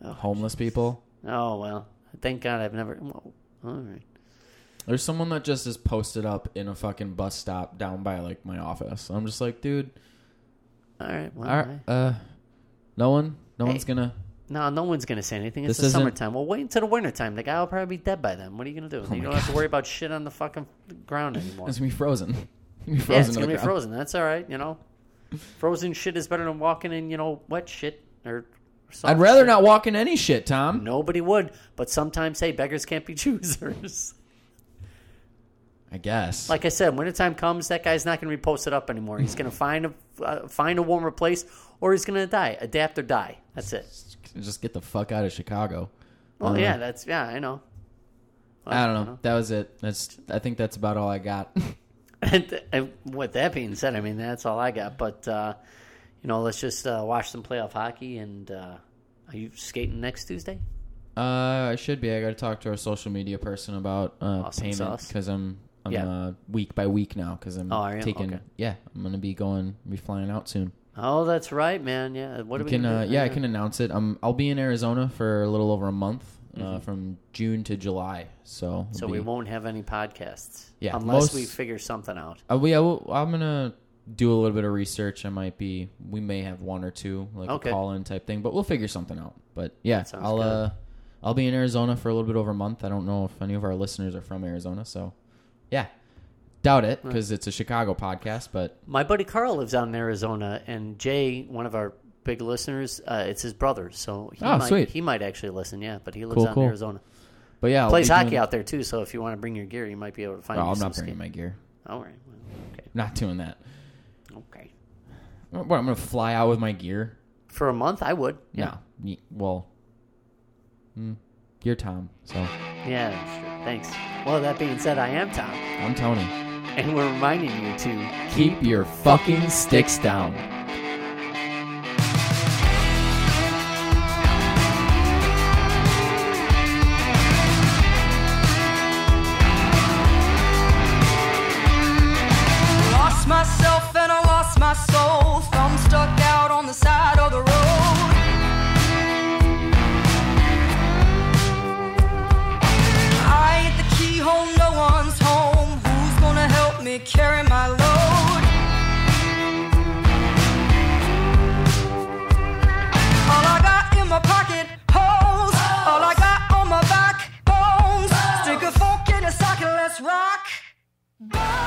homeless people. Oh well, thank God I've never. Well, all right. There's someone that just is posted up in a fucking bus stop down by like my office. I'm just like, dude. All right, well, All right, uh, no one, no one's gonna. no, no one's gonna say anything. It's This the isn't- summertime. Well, wait until the wintertime. The guy will probably be dead by then. What are you gonna do? you don't have to worry about shit on the fucking ground anymore. Oh It's gonna be frozen. It's gonna be frozen. Yeah, it's to the gonna be ground. frozen. That's all right. You know, frozen shit is better than walking in you know wet shit or. soft I'd rather shit. not walk in any shit, Tom. Nobody would, but sometimes hey, beggars can't be choosers. I guess. like I said, when the time comes, that guy's not gonna be posted up anymore. He's gonna find a uh, find a warmer place, or he's gonna die. Adapt or die. That's it. just get the fuck out of Chicago. Well, Uh, yeah, that's yeah, I know. I don't know. That was it. That's. I think that's about all I got. And, and with that being said, I mean that's all I got. But uh, you know, let's just uh, watch some playoff hockey. And uh, are you skating next Tuesday? Uh, I should be. I got to talk to our social media person about uh, Awesome payment sauce. because I'm I'm Yeah. uh, week by week now because I'm Oh, are you? taking. Okay. Yeah, I'm gonna be going, be flying out soon. Oh, that's right, man. Yeah. What I are we can, gonna uh, do? yeah, I can announce it. Um, I'll be in Arizona for a little over a month, uh, from June to July. So Mm-hmm. So it'll we be- won't have any podcasts. Yeah, Unless most- we figure something out. Uh, we, I will, I'm gonna do a little bit of research. I might be, we may have one or two like Okay. a call in type thing, but we'll figure something out. But yeah, sounds I'll good. uh, I'll be in Arizona for a little bit over a month. I don't know if any of our listeners are from Arizona, so yeah, doubt it because it's a Chicago podcast. But My buddy Carl lives out in Arizona, and Jay, one of our big listeners, uh, it's his brother. So he Oh, might, sweet. He might actually listen. Yeah, but he lives Cool, out cool. in Arizona. but yeah, I'll Plays be hockey doing- out there too. So if you want to bring your gear, you might be able to find. Oh, you I'm some not bringing skate. my gear. All right. Well, okay. I'm not doing that. Okay. What, I'm gonna fly out with my gear? For a month, I would. Yeah. No. Ye- Well, mm, you're Tom, so Yeah. Sure. Thanks. Well, that being said, I am Tom, I'm Tony. and we're reminding you to Keep your fucking sticks down. Lost myself and I lost my soul. Thumb stuck out on the side of the road. I hit the keyhole, no one's home. Who's gonna help me carry my load? All I got in my pocket holes. All I got on my back bones. Stick a fork in a socket, let's rock.